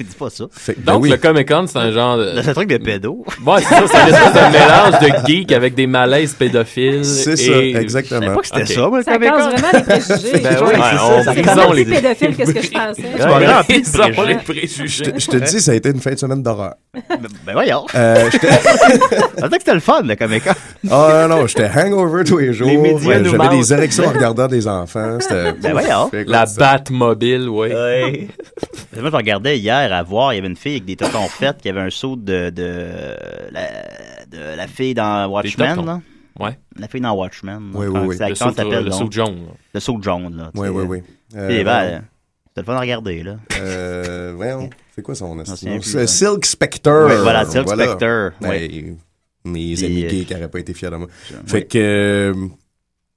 F: dis pas ça.
G: Fait que, ben
H: Donc,
G: oui.
H: le Comic Con, c'est un genre de.
F: C'est un truc de pédo.
H: Ouais, c'est ça, c'est une espèce de mélange de geek avec des malaises pédophiles.
G: C'est
H: et-
G: ça, exactement. Je savais pas que c'était
H: Ok.
G: ça, moi,
I: Ça casse vraiment les préjugés.
H: Ben oui, c'est
I: Ouais, c'est
H: ça,
I: ça.
H: c'est
I: C'est
H: brisons
I: plus
H: les-
I: pédophile que ce que je pensais.
H: Tu m'as rempli de Brisons les préjugés.
G: Je te- Je te dis, ça a été une fin de semaine d'horreur.
F: Ben voyons.
G: Euh, j'étais-
F: Attends que c'était le fun, le Comic-Con.
G: Ah non, non, j'étais hangover tous les jours.
F: Les médias
G: Euh,
F: nous
G: J'avais
F: mentent.
G: des érections en regardant des enfants. C'était.
F: Ben voyons.
G: Fait que
F: La
G: ça-
H: Batmobile, oui.
F: Ouais. Moi, je regardais hier à voir, il y avait une fille avec des totons faites, qui avait un saut de, de, la, de la fille dans Watchmen.
H: totons.
F: Là.
H: Ouais.
F: La fille dans Watchmen.
G: Oui, oui,
F: Comment
G: oui.
F: ça-
G: Le
F: comment
G: saut-
F: ça s'appelle,
G: le
F: donc?
G: saut
H: jaune, là.
F: Le saut jaune, là. tu
G: Oui,
F: sais,
G: oui,
F: là.
G: oui. Euh,
F: Et
G: voyons.
F: ben, c'était le fun à regarder, là.
G: Euh, voyons, c'est quoi son
F: souviens
G: nom?
F: plus,
G: C'est
F: hein.
G: Silk Spectre.
F: Ouais, voilà, Silk Spectre,
G: Ben, mes amis
F: euh,
G: gays qui n'auraient pas été fiers de moi. Fait que. euh,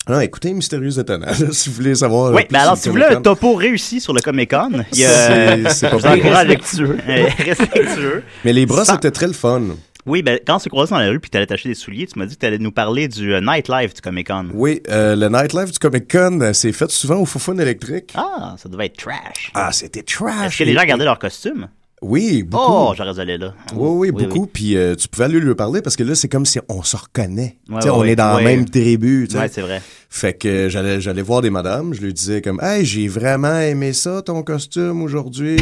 G: non, écoutez, Mystérieux Étonnant, là, si vous voulez savoir. euh,
F: Oui,
G: plus
F: mais alors,
G: sur
F: si vous
G: le
F: voulez un
G: Comic-Con.
F: topo réussi sur le Comic-Con, il y a.
G: C'est- c'est pas
F: je vous
G: pire.
F: encourage-
G: Respectueux.
F: Euh, Respectueux.
G: Mais les bras,
F: Sans-
G: c'était très le fun.
F: Oui, ben, quand on s'est croisés dans la rue puis que t'allais t'acheter des souliers, tu m'as dit que t'allais nous parler du euh, nightlife du Comic-Con.
G: Oui, euh, le nightlife du Comic Con, euh, c'est fait souvent au Foufoune électrique.
F: Ah, ça devait être trash.
G: Ah, c'était trash.
F: Est-ce que les gens gardaient leurs costumes?
G: Oui, beaucoup.
F: Oh, j'aurais dû aller là.
G: Oui, oui, beaucoup. Puis euh, tu pouvais aller lui parler parce que là, c'est comme si on se reconnaît.
F: Ouais,
G: Tu
F: ouais,
G: sais, on
F: ouais.
G: est dans
F: Ouais.
G: la même tribu. tu sais.
F: Ouais, c'est vrai.
G: Fait que euh, j'allais, j'allais voir des madames, je lui disais comme Hey, j'ai vraiment aimé ça, ton costume aujourd'hui.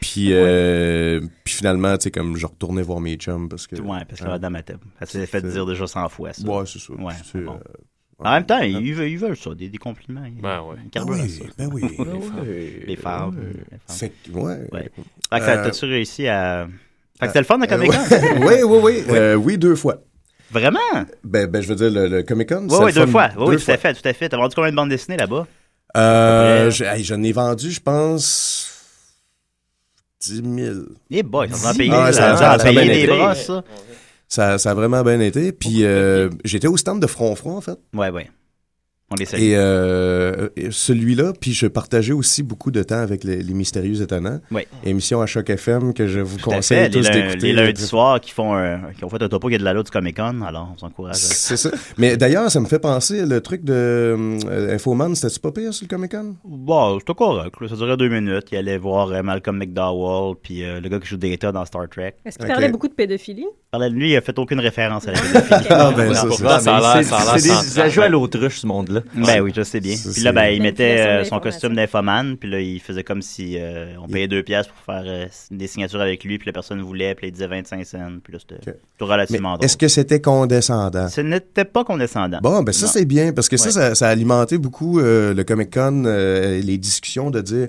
G: puis, euh, puis finalement, tu sais, comme je retournais voir mes chums parce que.
F: Ouais, parce que
G: hein,
F: la dame était. Elle s'est fait dire déjà 100 fois ça.
G: Ouais, c'est ça.
F: Ouais,
G: C'est,
F: bon.
G: euh,
F: En même temps, ils veulent, ils veulent ça, des, des compliments.
H: Ben ouais.
F: Ils carburent à
G: oui,
F: ça.
G: ben oui.
F: Les
G: Ben
F: femmes.
G: oui.
F: Les femmes. Les femmes.
G: Fait que, ouais.
F: Ouais. Fait que ça-
G: Euh,
F: t'as-tu réussi à. Fait que
G: euh,
F: c'était le fun, le
G: euh,
F: Comic-Con?
G: oui, oui, oui. Euh, oui, deux fois.
F: Vraiment?
G: Ben, ben, je veux dire, le, le Comic-Con.
F: Oui,
G: c'est
F: oui,
G: le
F: deux
G: fun.
F: fois. Oui, oui,
G: Deux
F: tout à fait, tout à fait. T'as vendu combien de bandes dessinées là-bas?
G: Euh, j'ai- hey, J'en ai vendu, je pense, 10 000.
F: Eh boy, ça va
G: Dix
F: payer,
G: mille. Ah,
F: ça va
G: ça- ça a
F: payer
G: bien
F: des
G: été.
F: bras, ça.
G: Ça, ça a vraiment bien été. Puis euh, j'étais au stand de Front Front, en fait.
F: Oui, oui. On les salue.
G: Et euh, et celui-là, puis je partageais aussi beaucoup de temps avec les, les Mystérieux Étonnants.
F: Ouais.
G: Émission à Choc FM que je vous
F: Tout à
G: conseille
F: fait, les,
G: tous
F: lun- les
G: d'écouter.
F: lundis soirs qui font un- qui ont fait un topo qui est de la loi du Comic Con, alors on s'encourage.
G: C'est ça. Mais d'ailleurs, ça me fait penser le truc de euh, Infoman, c'était-tu pas pire sur le Comic-Con?
F: Bon, c'était correct. là. Ça durait deux minutes. Il allait voir euh, Malcolm McDowell, puis euh, le gars qui joue Data dans Star Trek.
I: Est-ce qu'il parlait beaucoup de pédophilie?
F: Par la nuit, il a fait aucune référence à la pédophilie.
G: Ah, ben, ça, c'est-
J: ça a l'air- ça a l'air
F: C'est
J: central.
F: des ajouts à l'autruche, ce monde-là. Ben oui, je sais bien. Puis là, ben,
J: c'est-
F: il mettait euh,
J: Manipulation
F: son costume d'infoman, puis là, il faisait comme si euh, on payait deux piastres pour faire euh, des signatures avec lui, puis la personne voulait, puis là, il disait 25 cents, puis là, c'était tout
G: Mais
F: relativement drôle.
G: est-ce que c'était condescendant?
F: Ce n'était pas condescendant.
G: Bon, ben ça,
F: Non.
G: c'est bien, parce que ça,
F: Ouais.
G: ça, ça a alimenté beaucoup euh, le Comic-Con, euh, et les discussions de dire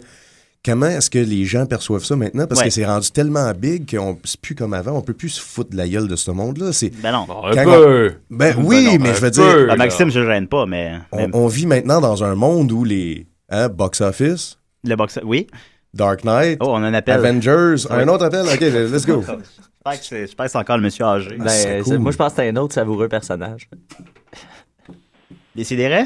G: comment est-ce que les gens perçoivent ça maintenant, parce
F: Ouais.
G: que c'est rendu tellement big qu'on c'est plus comme avant, on peut plus se foutre de la gueule de ce monde-là. C'est...
F: Ben non.
G: un Quand peu. on- Ben oui, mais
F: un
G: je veux dire-
F: peu,
G: Ben,
F: Maxime,
G: Maxime,
F: je gêne pas, mais.
G: On, on vit maintenant dans un monde où les hein, box-office...
F: Le box oui.
G: Dark Knight.
F: Oh, on a un appel.
G: Avengers.
F: Ouais.
G: Un autre appel? OK, let's go. Ah,
F: Je pense que c'est- je pense que c'est encore le monsieur âgé.
J: Ben, c'est- Moi, je pense que c'est un autre savoureux personnage.
F: Décidérez?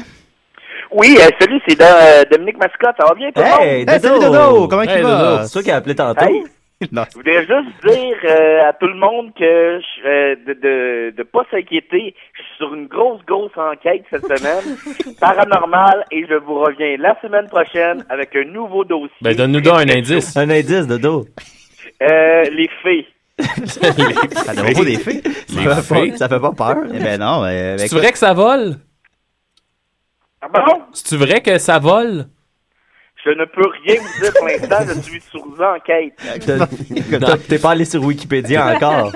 L: Oui, euh, salut, c'est Do- euh, Dominique Mascotte, ça va bien tout le monde?
J: Oh! Hey, Dodo! Hey, Dodo, C'est toi qui as appelé tantôt?
L: Hey. Je voudrais juste dire euh, à tout le monde que je, euh, de, de, de pas s'inquiéter. Je suis sur une grosse, grosse enquête cette semaine, paranormale, et je vous reviens la semaine prochaine avec un nouveau dossier.
H: Ben, donne-nous donc un indice.
J: Un indice, Dodo.
L: Euh, les fées.
F: ça donne pas des fées.
H: Les
F: ça, fait
H: fées.
F: pas, ça fait pas peur. Eh ben non, mais.
H: C'est vrai que ça vole? C'est vrai que ça vole?
L: Ah Je ne peux rien vous dire pour l'instant, je suis sous enquête.
J: T'as- T'es pas allé sur Wikipédia encore.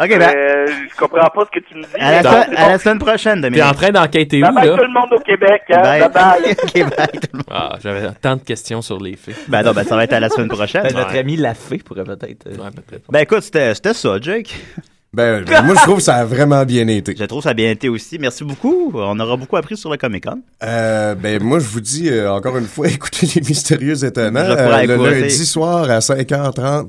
L: Ok,
J: ben-
L: Euh, je comprends pas ce que tu me dis.
J: À la
L: mais
J: semaine-
L: c'est
F: À la
L: bon.
F: semaine prochaine, Dominique.
H: T'es en train d'enquêter où,
L: Bye bye
H: là?
L: tout le monde au Québec. Hein?
F: Bye.
L: Bye bye.
H: Ah, j'avais tant de questions sur les fées.
F: Ben non, ben ça va être à la semaine prochaine.
H: Ben, notre
F: ami
J: la fée pourrait peut-être. euh,
F: Ben écoute, c'était c'était ça, Jake.
G: Ben, ben, moi, je trouve que ça a vraiment bien été.
F: Je trouve ça a bien été aussi. Merci beaucoup. On aura beaucoup appris sur le Comic Con.
G: Euh, ben, moi, je vous dis euh, encore une fois, écoutez les mystérieux étonnants
F: Je
G: euh,
F: pourrais
G: le
F: écouter.
G: lundi soir à 5h30.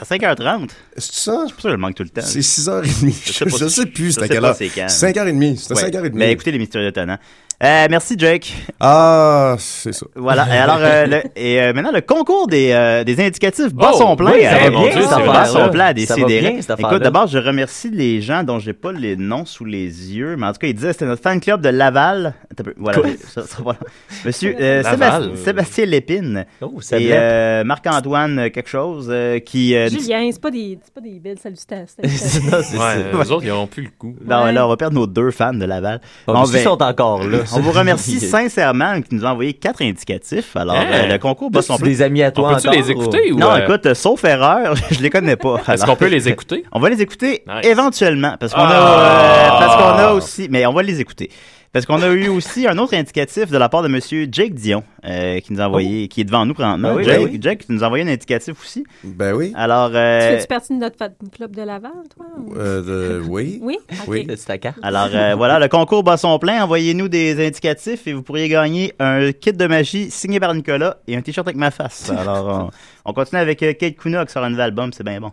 F: À 5h30.
G: C'est ça?
F: C'est pour ça que je manque tout le temps.
G: C'est 6h30. Je sais, plus, c'était quelle heure. 5h30. C'était 5h30.
F: Ben écoutez les mystérieux étonnants. Euh, merci, Jake.
G: Ah, c'est ça.
F: Voilà. Et alors, euh, le- et euh, maintenant, le concours des, euh, des indicatifs basson
J: Oh,
F: plein.
J: oui, ça va
F: Eh,
J: bien,
F: mon Dieu,
J: cette affaire-là.
F: basson plein à
J: Ça va
F: décider.
J: bien, cette affaire-là.
F: Écoute, d'abord, je remercie les gens dont j'ai pas les noms sous les yeux, mais en tout cas, ils disaient c'était notre fan club de Laval. Attends un peu, Voilà.
J: Quoi?
F: ça- ça- voilà. Monsieur euh,
J: Laval,
F: Sébastien,
J: euh.
F: Sébastien Lépine
J: Oh, Seb
F: et
J: Lep.
F: euh, Marc-Antoine euh, quelque chose euh, qui... euh,
I: Julien, c'est pas, des, c'est pas des belles salutations.
F: Non, c'est ça.
H: Ouais, eux autres, ils auront plus le coup.
F: Non, là, on va perdre nos deux fans de Laval.
J: Bon, Ah, mais s'ils sont encore là,
F: On vous
J: c'est-
F: remercie sincèrement qui nous a envoyé quatre indicatifs. Alors,
J: Hein?
F: euh, le concours bat son
J: C'est des amis à toi On peut-tu encore, les écouter ou-
F: Non,
J: ou, euh,
F: écoute, euh, sauf erreur, je les connais pas.
H: Est-ce
F: Alors,
H: qu'on peut les écouter?
F: On va les écouter
H: Nice.
F: éventuellement. Parce qu'on
H: Ah!
F: a, euh, parce qu'on a aussi. Mais on va les écouter. Parce qu'on a eu aussi un autre indicatif de la part de M. Jake Dion, euh, qui nous a envoyé, qui est devant nous présentement.
J: Ben oui,
F: Jake,
J: ben oui.
F: Jake nous a envoyé un indicatif aussi.
G: Ben oui.
F: Alors,
I: Tu
F: euh,
I: fais-tu partie de notre fan club de Laval, toi? ou-
G: Euh, oui.
I: Oui? Ok.
F: Alors euh, voilà, le concours bat son plein. Envoyez-nous des indicatifs et vous pourriez gagner un kit de magie signé par Nicolas et un t-shirt avec ma face. Alors on, on continue avec euh, Kate Kuna qui sort un nouvel album, c'est bien bon.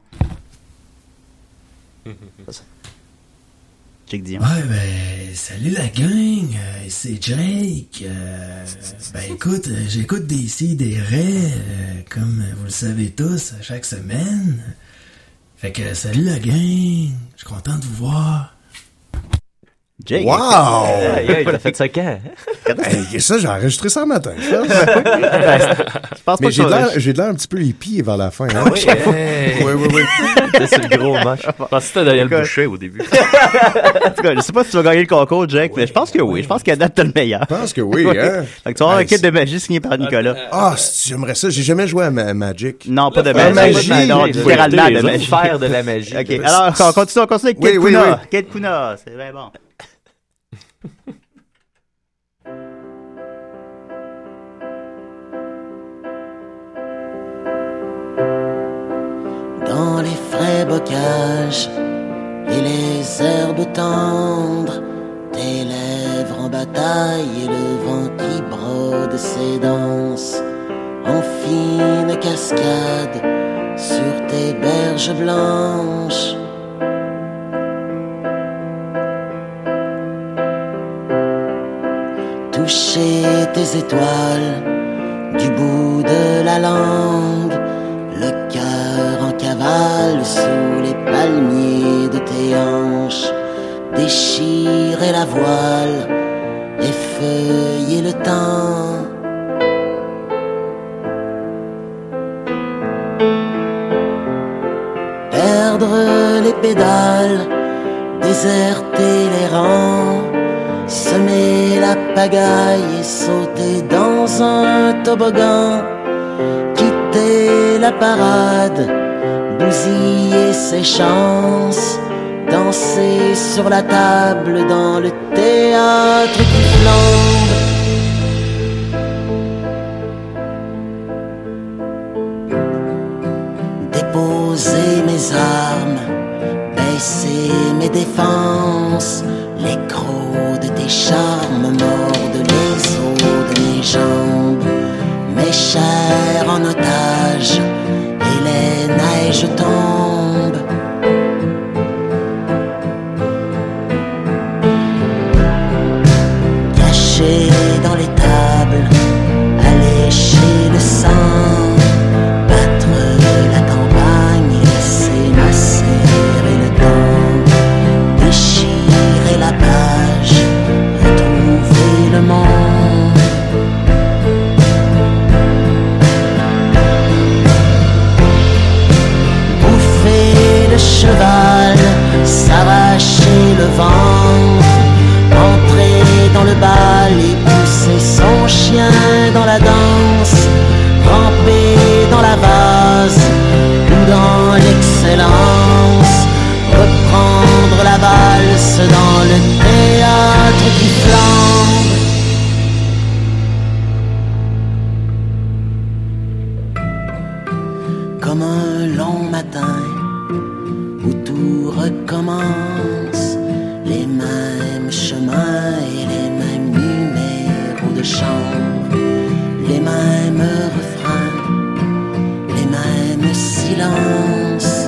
F: Check Dion.
N: Ouais, ben, salut la gang, euh, c'est Jake. Euh, ben écoute, euh, j'écoute des si des raies, comme vous le savez tous, à chaque semaine. Fait que, salut la gang, je suis content de vous voir.
F: Jake.
G: Wow!
J: Aïe, aïe, t'as fait ça quand?
G: Hey, ça, j'ai enregistré ça un matin. je pense.
J: Je pense pas
G: Mais
J: que
G: j'ai de
J: ça-
G: l'air- j'ai de l'air un petit peu hippie vers la fin. hein?
J: Ah oui, j'avoue.
G: oui, oui, oui.
J: C'est le gros match. Je
H: pensais que c'était Daniel Boucher
F: au début. en tout cas, je sais pas si tu vas gagner le concours, Jake, mais je pense que oui. Je pense qu'à date, t'as le meilleur. Je
G: pense que oui, hein.
F: Fait que tu vas avoir un
G: Hey,
F: kit de magie signé par Nicolas.
G: Ah, si, j'aimerais ça. J'ai jamais joué à ma- Magic.
F: Non, pas de
G: Ah,
F: magie.
G: magie.
F: Non,
G: Il faut
F: littéralement
G: écouter les
F: de
G: autres.
F: magie.
J: Faire de la magie.
F: OK, alors on continue, on continue avec
J: Oui,
F: Kate
J: oui,
F: Kuna.
J: oui.
F: Kate Kuna, c'est bien bon.
E: dans les frais bocages et les herbes tendres, tes lèvres en bataille et le vent qui brode ses danses en fine cascade sur tes berges blanches. Toucher tes étoiles du bout de la langue. Le cœur en cavale sous les palmiers de tes hanches. Déchirer la voile, effeuiller le temps. Perdre les pédales, déserter les rangs, semer la pagaille et sauter dans un toboggan quitter la parade, bousiller ses chances, danser sur la table dans le théâtre qui flambe. Déposer mes armes, baisser mes défenses, les crocs de tes charmes mordent les os de mes jambes mes chairs en otage et les neiges tombent. Caché dans les tables, allécher le sang, battre la campagne, laisser macérer le temps, déchirer la page, retrouver le monde. le vent, entrer dans le bal et pousser son chien dans la danse, ramper dans la vase ou dans l'excellence, reprendre la valse dans le théâtre qui flambe. comme un long matin où tout recommence, les mêmes chemins et les mêmes numéros de chambre, les mêmes refrains, les mêmes silences.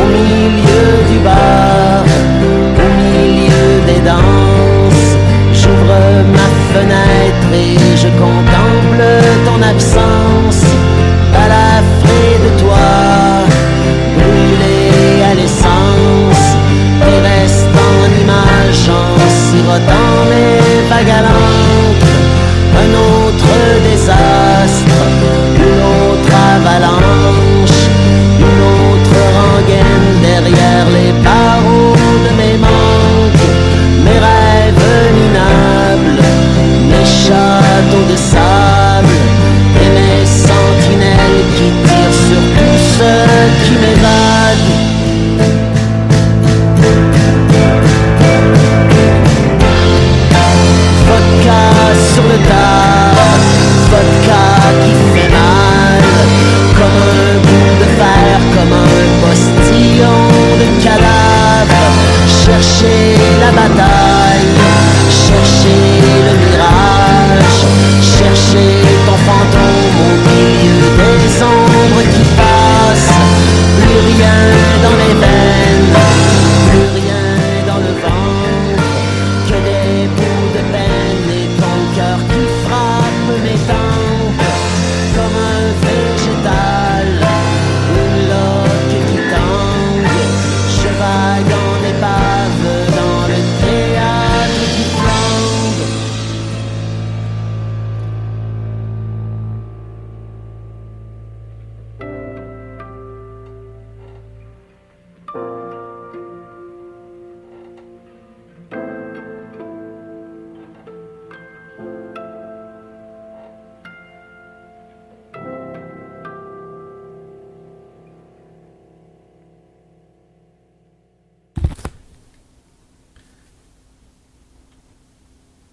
E: Au milieu du bar, au milieu des danses, j'ouvre ma fenêtre et je contemple ton absence, balafré de toi, brûlé à l'essence, et reste en image en sirotant mes vagalantes, un autre désastre, une autre avalanche, une autre rengaine derrière les barreaux de mes manques, mes rêves minables, mes châteaux de sable et mes sentinelles qui tirent sur tous ceux qui m'évadent. Vodka sur le tas, vodka qui fait mal, comme un bout de fer, comme un postillon de cadavre. Chercher la bataille, chercher le mirage, chercher ton fantôme au milieu des ombres qui passent. Plus rien dans les veines, plus rien dans le ventre que des bouts de peine et ton cœur qui frappe mes tempes comme un végétal, une loque qui tangue, je vague en épave dans le théâtre qui flambe.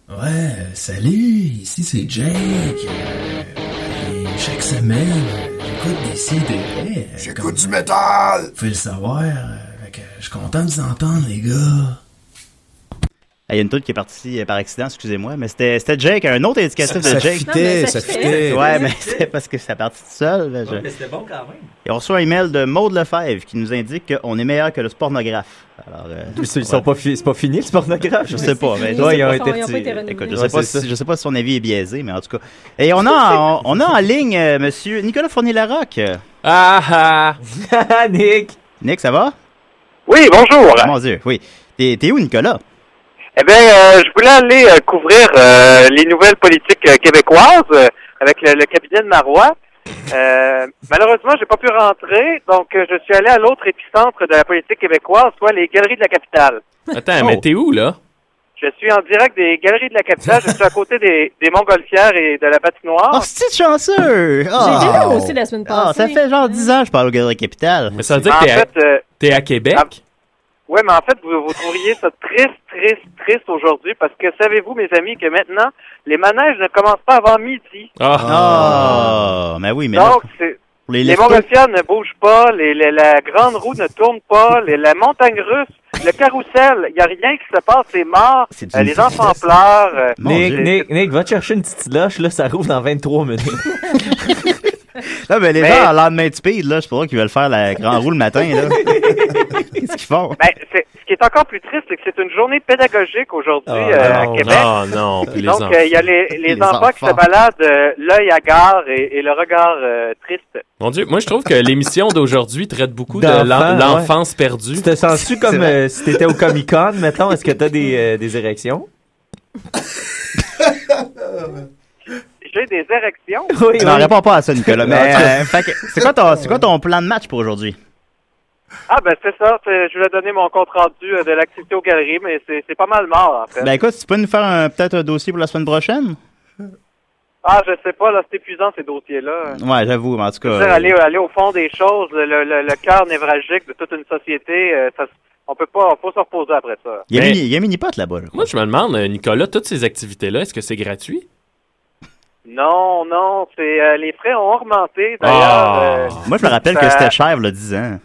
N: Ouais, euh, salut, ici c'est Jake. Euh, Et chaque semaine, euh, j'écoute des sidérés. J'écoute du métal! Vous pouvez le savoir. euh, fait que Je suis content de vous entendre, les gars.
F: Ah, Il y a une toute qui est partie euh, par accident, excusez-moi, mais c'était c'était Jake, un autre indicatif
N: Ça-
F: de
N: ça
F: Jake.
N: fitait, Non, mais ça ça fitait. fitait.
F: Ouais, mais c'est parce que ça partit tout seul. mais je-
J: bon quand même.
F: Et on reçoit un email de Maude Lefebvre qui nous indique qu'on est meilleur que le pornographe. Alors, euh,
J: Ils sont pas fi- C'est pas fini, le pornographe?
F: je sais pas, mais
J: ouais, ils ont
F: Ouais,
J: été
F: ils
J: retirés.
F: Écoute, je
J: Ouais,
F: sais, pas
J: c'est
F: si,
J: ça.
F: je sais pas si son avis est biaisé, mais en tout cas. Et on a, en- on, a en ligne euh, monsieur Nicolas Fournier-Larocque. Ah ah! Nick! Nick, ça va? Oh
O: Oui, bonjour.
F: Mon Dieu, oui. T'es t'es où, Nicolas?
O: Eh bien, euh, je voulais aller euh, couvrir euh, les nouvelles politiques euh, québécoises euh, avec le, le cabinet de Marois. Euh, malheureusement, j'ai pas pu rentrer, donc euh, je suis allé à l'autre épicentre de la politique québécoise, soit les galeries de la capitale.
H: Attends, mais t'es où, là?
O: Je suis en direct des galeries de la capitale. je suis à côté des, des montgolfières et de la patinoire.
F: Oh, c'est chanceux! Ah.
O: J'ai été là aussi
I: la semaine
F: Ah, ça
O: passée.
F: fait genre 10 ans que je parle au Galerie Capitale.
H: Mais ça veut
O: dire que En t'es à- fait, euh,
H: T'es à Québec?
O: Ouais, mais en fait, vous, vous trouveriez ça triste, triste, triste aujourd'hui parce que savez-vous, mes amis, que maintenant, les manèges ne commencent pas avant midi.
F: Ah! mais oui, mais là,
O: Donc, c'est-
F: pour les
O: les,
F: leftos-
O: montgolfières ne bougent pas, les, les- la grande roue ne tourne pas, les- la montagne russe, le carrousel, il n'y a rien qui se passe, c'est mort,
J: C'est
O: euh,
J: une
O: les enfants pleurent. euh,
J: Nick,
O: c'est-
J: Nick, Nick, va te chercher une petite loche, là, ça rouvre dans 23 minutes.
F: Là, ben, les gens, en lendemain de speed, là, je pour ça qu'ils veulent faire la grande roue le matin, là. Qu'est-ce qu'ils font?
O: Ben, c'est- ce qui est encore plus triste, c'est que c'est une journée pédagogique aujourd'hui
F: Ah,
O: euh, à
F: non,
O: Québec.
F: non, non, puis les
O: Donc, euh, il y a les, les
H: Les
O: enfants, qui se
H: enfants.
O: baladent euh, l'œil hagard et, et le regard euh, triste.
H: Mon Dieu, moi je trouve que l'émission d'aujourd'hui traite beaucoup de
J: D'enfants,
H: l'en-
J: ouais.
H: l'enfance perdue.
J: Tu te sens-tu comme euh, si t'étais au Comic Con, mettons? Est-ce que t'as des, euh, des érections?
O: j'ai des érections.
F: On n'en répond pas à ça, Nicolas.
O: Ben,
F: Mais euh, fait que, c'est quoi, ton- c'est quoi ton plan de match pour aujourd'hui?
O: Ah ben c'est ça, c'est- je voulais donner mon compte rendu euh, de l'activité aux galeries, mais c'est c'est pas mal mort en fait.
F: Ben écoute, tu peux nous faire un- peut-être un dossier pour la semaine prochaine?
O: Ah je sais pas, là c'est épuisant ces dossiers-là.
F: Ouais, j'avoue, mais en tout
O: Je
F: cas.
O: veux dire, aller, aller au fond des choses, le, le, le- le cœur névralgique de toute une société, euh, ça, se- on peut pas, faut se reposer après ça.
F: Il y a mini- il y a mini pote là-bas.
H: Moi, je me demande, euh, Nicolas, toutes ces activités-là, est-ce que c'est gratuit?
O: Non, non, c'est euh, les frais ont augmenté d'ailleurs. euh,
F: Moi, je me rappelle
O: ça-
F: que c'était cher, le 10 ans.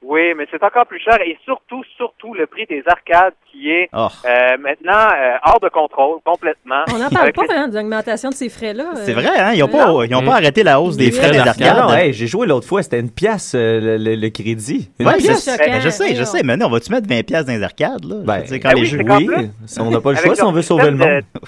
O: Oui, mais c'est encore plus cher et surtout, surtout le prix des arcades qui est
F: Oh.
O: euh, maintenant euh, hors de contrôle complètement.
I: On n'en parle
O: Avec
I: pas,
O: les-
I: hein, de l'augmentation de ces frais-là. euh.
F: C'est vrai, hein? Ils n'ont pas, ils ont pas arrêté la hausse des
I: Les
F: frais des arcades.
J: Non, non, hey, j'ai joué l'autre fois, c'était une pièce euh, le, le- le crédit. Une
F: Ouais, je,
J: pièce.
F: ben, je sais, je sais, mais non, on va-tu mettre 20$ piastres dans les arcades, là?
J: Ben,
F: Je veux dire,
J: ben oui, c'est qu'en
F: Oui,
J: plus-
F: ça, on n'a pas le
J: Avec
F: choix si on
J: leur
F: veut sauver le
J: système
F: monde.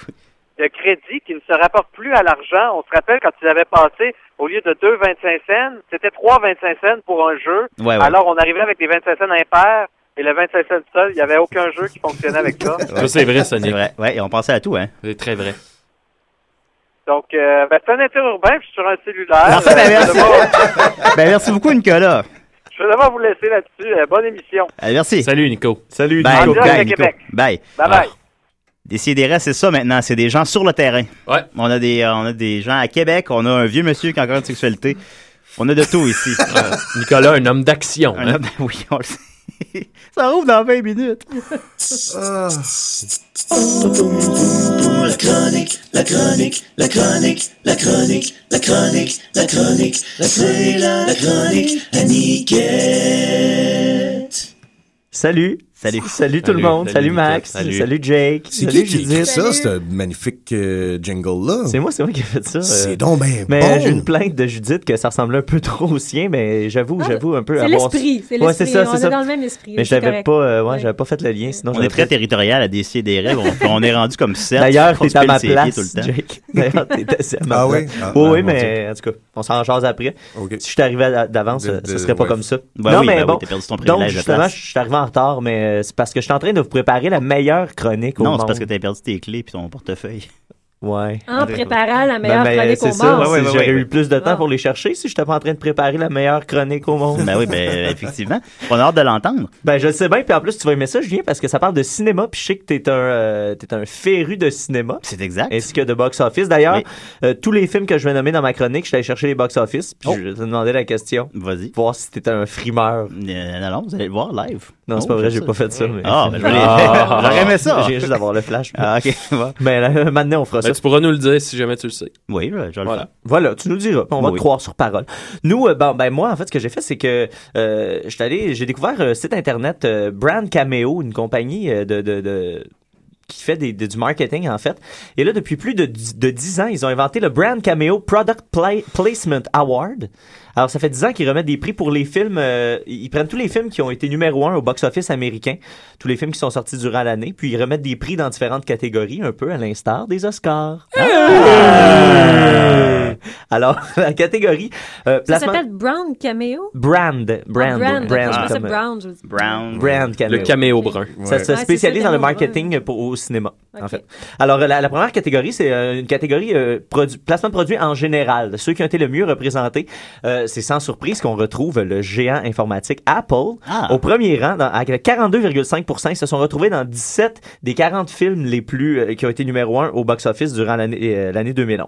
O: de crédit qui ne se rapporte plus à l'argent. On se rappelle quand ils avaient passé, au lieu de 2,25 cents, c'était 3,25 cents pour un jeu.
F: Ouais, ouais.
O: Alors, on arrivait avec des 25 cents impairs et le 25 cents seul, il n'y avait aucun jeu qui fonctionnait avec ça.
H: Ça, c'est vrai, Sonic.
F: C'est vrai. Ouais, et on pensait à tout, hein?
H: C'est très vrai.
O: Donc, euh, ben, c'est un interurbain, puis je suis sur un cellulaire.
F: Parfait, ben,
O: Euh, je,
F: merci.
O: vais devoir,
F: ben, merci beaucoup, Nicolas.
O: je vais devoir vous laisser là-dessus. Euh, bonne émission.
F: Allez, merci.
H: Salut, Nico.
F: Salut,
O: Nico.
F: Bye,
O: Bonne journée,
F: bye, Nico.
O: Québec.
F: Bye.
O: Bye-bye.
F: Décidérez, c'est ça maintenant, c'est des gens sur le terrain.
H: Ouais.
F: On a des, euh, on a des gens à Québec, on a un vieux monsieur qui a encore une sexualité. On a de tout ici.
H: Euh, Nicolas, un homme d'action. hein.
F: Un homme- oui, on le sait. Ça rouvre dans 20 minutes.
I: Ah.
N: La chronique, la chronique, la chronique, la chronique, la chronique, la chronique, c'est la chronique à Niquette.
J: Salut. Salut. Salut tout le
G: Salut.
J: monde. Salut,
G: Salut,
J: Max.
G: Nicolas. Salut.
J: Salut, Jake.
G: C'est
J: Salut,
G: qui qui a écrit
J: Judith.
G: ça, ce magnifique euh, jingle-là?
J: C'est moi, c'est moi qui ai fait ça. euh.
G: C'est donc ben
J: Mais
G: bon.
J: j'ai une plainte de Judith que ça ressemblait un peu trop au sien, mais j'avoue, j'avoue un peu
I: Ah, c'est
J: avoir-
I: l'esprit, c'est
J: Ouais, c'est
I: l'esprit,
J: ça,
I: on
J: c'est
I: est
J: ça.
I: dans le même esprit,
J: Mais
I: c'est
J: j'avais
I: correct.
J: pas, euh, ouais, j'avais pas fait le lien, sinon
F: On est très territorial à territorial on, on est rendu comme 7.
J: D'ailleurs, t'es à ma place, Jake. D'ailleurs, t'es à ma
F: Ah oui? Ah,
J: place. oui,
F: ah,
J: oui,
F: mon
J: mais en tout cas, on s'en jase après. Si je t'arrivais à- d'avance,
F: De-
J: euh,
F: de-
J: ça serait pas
F: ouais.
J: comme ça.
F: Ben oui, ben oui, t'as perdu ton
J: donc
F: privilège de
J: justement,
F: place.
J: je suis arrivé en retard, mais euh, c'est parce que je suis en train de vous préparer la meilleure chronique au
F: Non,
J: monde.
F: c'est parce que t'as perdu tes clés puis ton portefeuille.
J: Ouais.
I: En préparant la
J: Ben,
I: meilleure
J: ben,
I: chronique
J: c'est
I: au
J: ça,
I: monde.
J: si j'aurais eu plus de temps
I: Ah.
J: pour les chercher si je n'étais pas en train de préparer la meilleure chronique au monde.
F: Ben oui, ben, effectivement. On a hâte de l'entendre.
J: Ben, je le sais bien, puis en plus, tu vas aimer ça, Julien, parce que ça parle de cinéma, puis je sais que t'es un, euh, t'es un féru de cinéma.
F: C'est exact.
J: Ainsi que de box-office. D'ailleurs, euh, tous les films que je vais nommer dans ma chronique, je suis allé chercher les box-office, puis je te demandais la question.
F: Oh. Vas-y.
J: Voir si t'étais un frimeur.
F: Euh, non, non, vous allez le voir live.
J: Non, c'est
F: Oh,
J: pas vrai,
F: j'aime
J: j'ai
F: ça.
J: pas fait ça. Mais...
F: Ah, ben, je voulais- j'aurais aimé ça.
J: J'ai juste d'avoir le flash.
F: Ah, ok.
J: Mais là, maintenant, on fera
H: Ben,
J: ça.
H: tu pourras nous le dire si jamais tu le sais.
F: Oui, je vais
J: voilà. Voilà, tu nous le diras. On va
H: Oui.
J: te croire sur parole. Nous, euh, ben, ben, moi, en fait, ce que j'ai fait, c'est que euh, je suis allé- j'ai découvert un site internet euh, Brand Cameo, une compagnie euh, de, de- de- qui fait des- de- du marketing, en fait. Et là, depuis plus de, dix- de 10 ans, ils ont inventé le Brand Cameo Product Pla- Placement Award. Alors, ça fait 10 ans qu'ils remettent des prix pour les films. euh, ils prennent tous les films qui ont été numéro 1 au box-office américain, tous les films qui sont sortis durant l'année, puis ils remettent des prix dans différentes catégories, un peu à l'instar des Oscars. Ah! Alors, la catégorie euh,
I: Ça
J: placement...
I: s'appelle Brown Cameo?
J: Brand. Brand.
I: Brand, ok, je pensais
J: comme- euh,
I: Brown, je veux dire.
F: Brown.
J: Brand caméo.
H: Le caméo brun.
J: Ça
H: Ouais.
J: se
H: Ouais, c'est
J: spécialise
H: ça,
J: dans le
H: caméo brun.
J: marketing pour, au cinéma, en fait. Alors, la, la première catégorie, c'est euh, une catégorie euh, produ- placement de produits en général. Ceux qui ont été le mieux représentés, euh, c'est sans surprise qu'on retrouve le géant informatique Apple
F: Ah.
J: au premier rang, dans- avec 42,5 Ils se sont retrouvés dans 17 des 40 films les plus euh, qui ont été numéro un au box-office durant l'année euh, l'année 2011.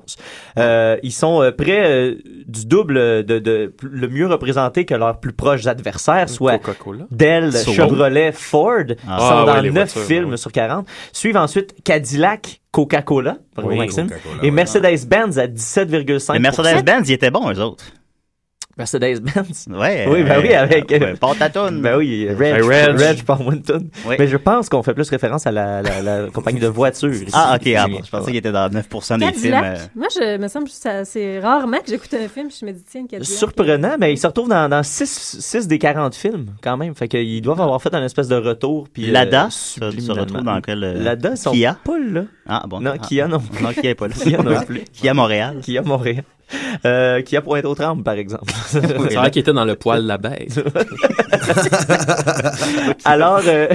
J: Euh, ils sont euh, près euh, du double euh, de, de- plus- le mieux représenté que leurs plus proches adversaires, soit
H: Coca-Cola.
J: Dell,
H: Solo.
J: Chevrolet, Ford,
H: Ah.
J: sont
H: Ah,
J: dans
H: ouais, les
J: 9
H: voitures,
J: films
H: ouais.
J: sur 40. Suivent ensuite Cadillac, Coca-Cola, bravo
F: Oui,
J: Maxime,
F: Coca-Cola,
J: et Mercedes-Benz à 17,5
F: Le Mercedes-Benz, il était bon, eux autres.
J: Mercedes-Benz.
F: Ouais.
J: Oui, ben
F: euh,
J: oui, avec.
F: ouais, Patatone.
J: Ben oui, Reg,
F: Ben, Reg.
J: Reg. Paul Winton.
F: Oui.
J: Mais je pense qu'on fait plus référence à la, la- la compagnie de voitures.
F: Ah, ok, ah, bon, je pensais qu'il était dans 9% des films.
I: Cadillac.
F: euh,
I: Moi, je me semble que ça- c'est rarement que j'écoute un film, puis je me dis, tiens, une Cadillac.
J: Surprenant, mais il se retrouve dans, 6, des 40 films, quand même. Fait qu'ils doivent avoir fait un espèce de retour. Puis,
F: Lada,
J: euh,
F: se- se
J: subliminalement.
F: retrouve dans quel, euh,
J: Lada, ils sont
F: Kia?
J: pas là.
F: Ah, bon.
J: Non,
F: Ah.
J: Kia non plus.
F: Non, Kia est pas là.
J: Kia non plus.
F: Kia Montréal.
J: Kia Montréal. Euh, qui a pour être autre arme, par exemple.
H: C'est vrai qu'il était dans le poil de la bête.
J: Alors, euh,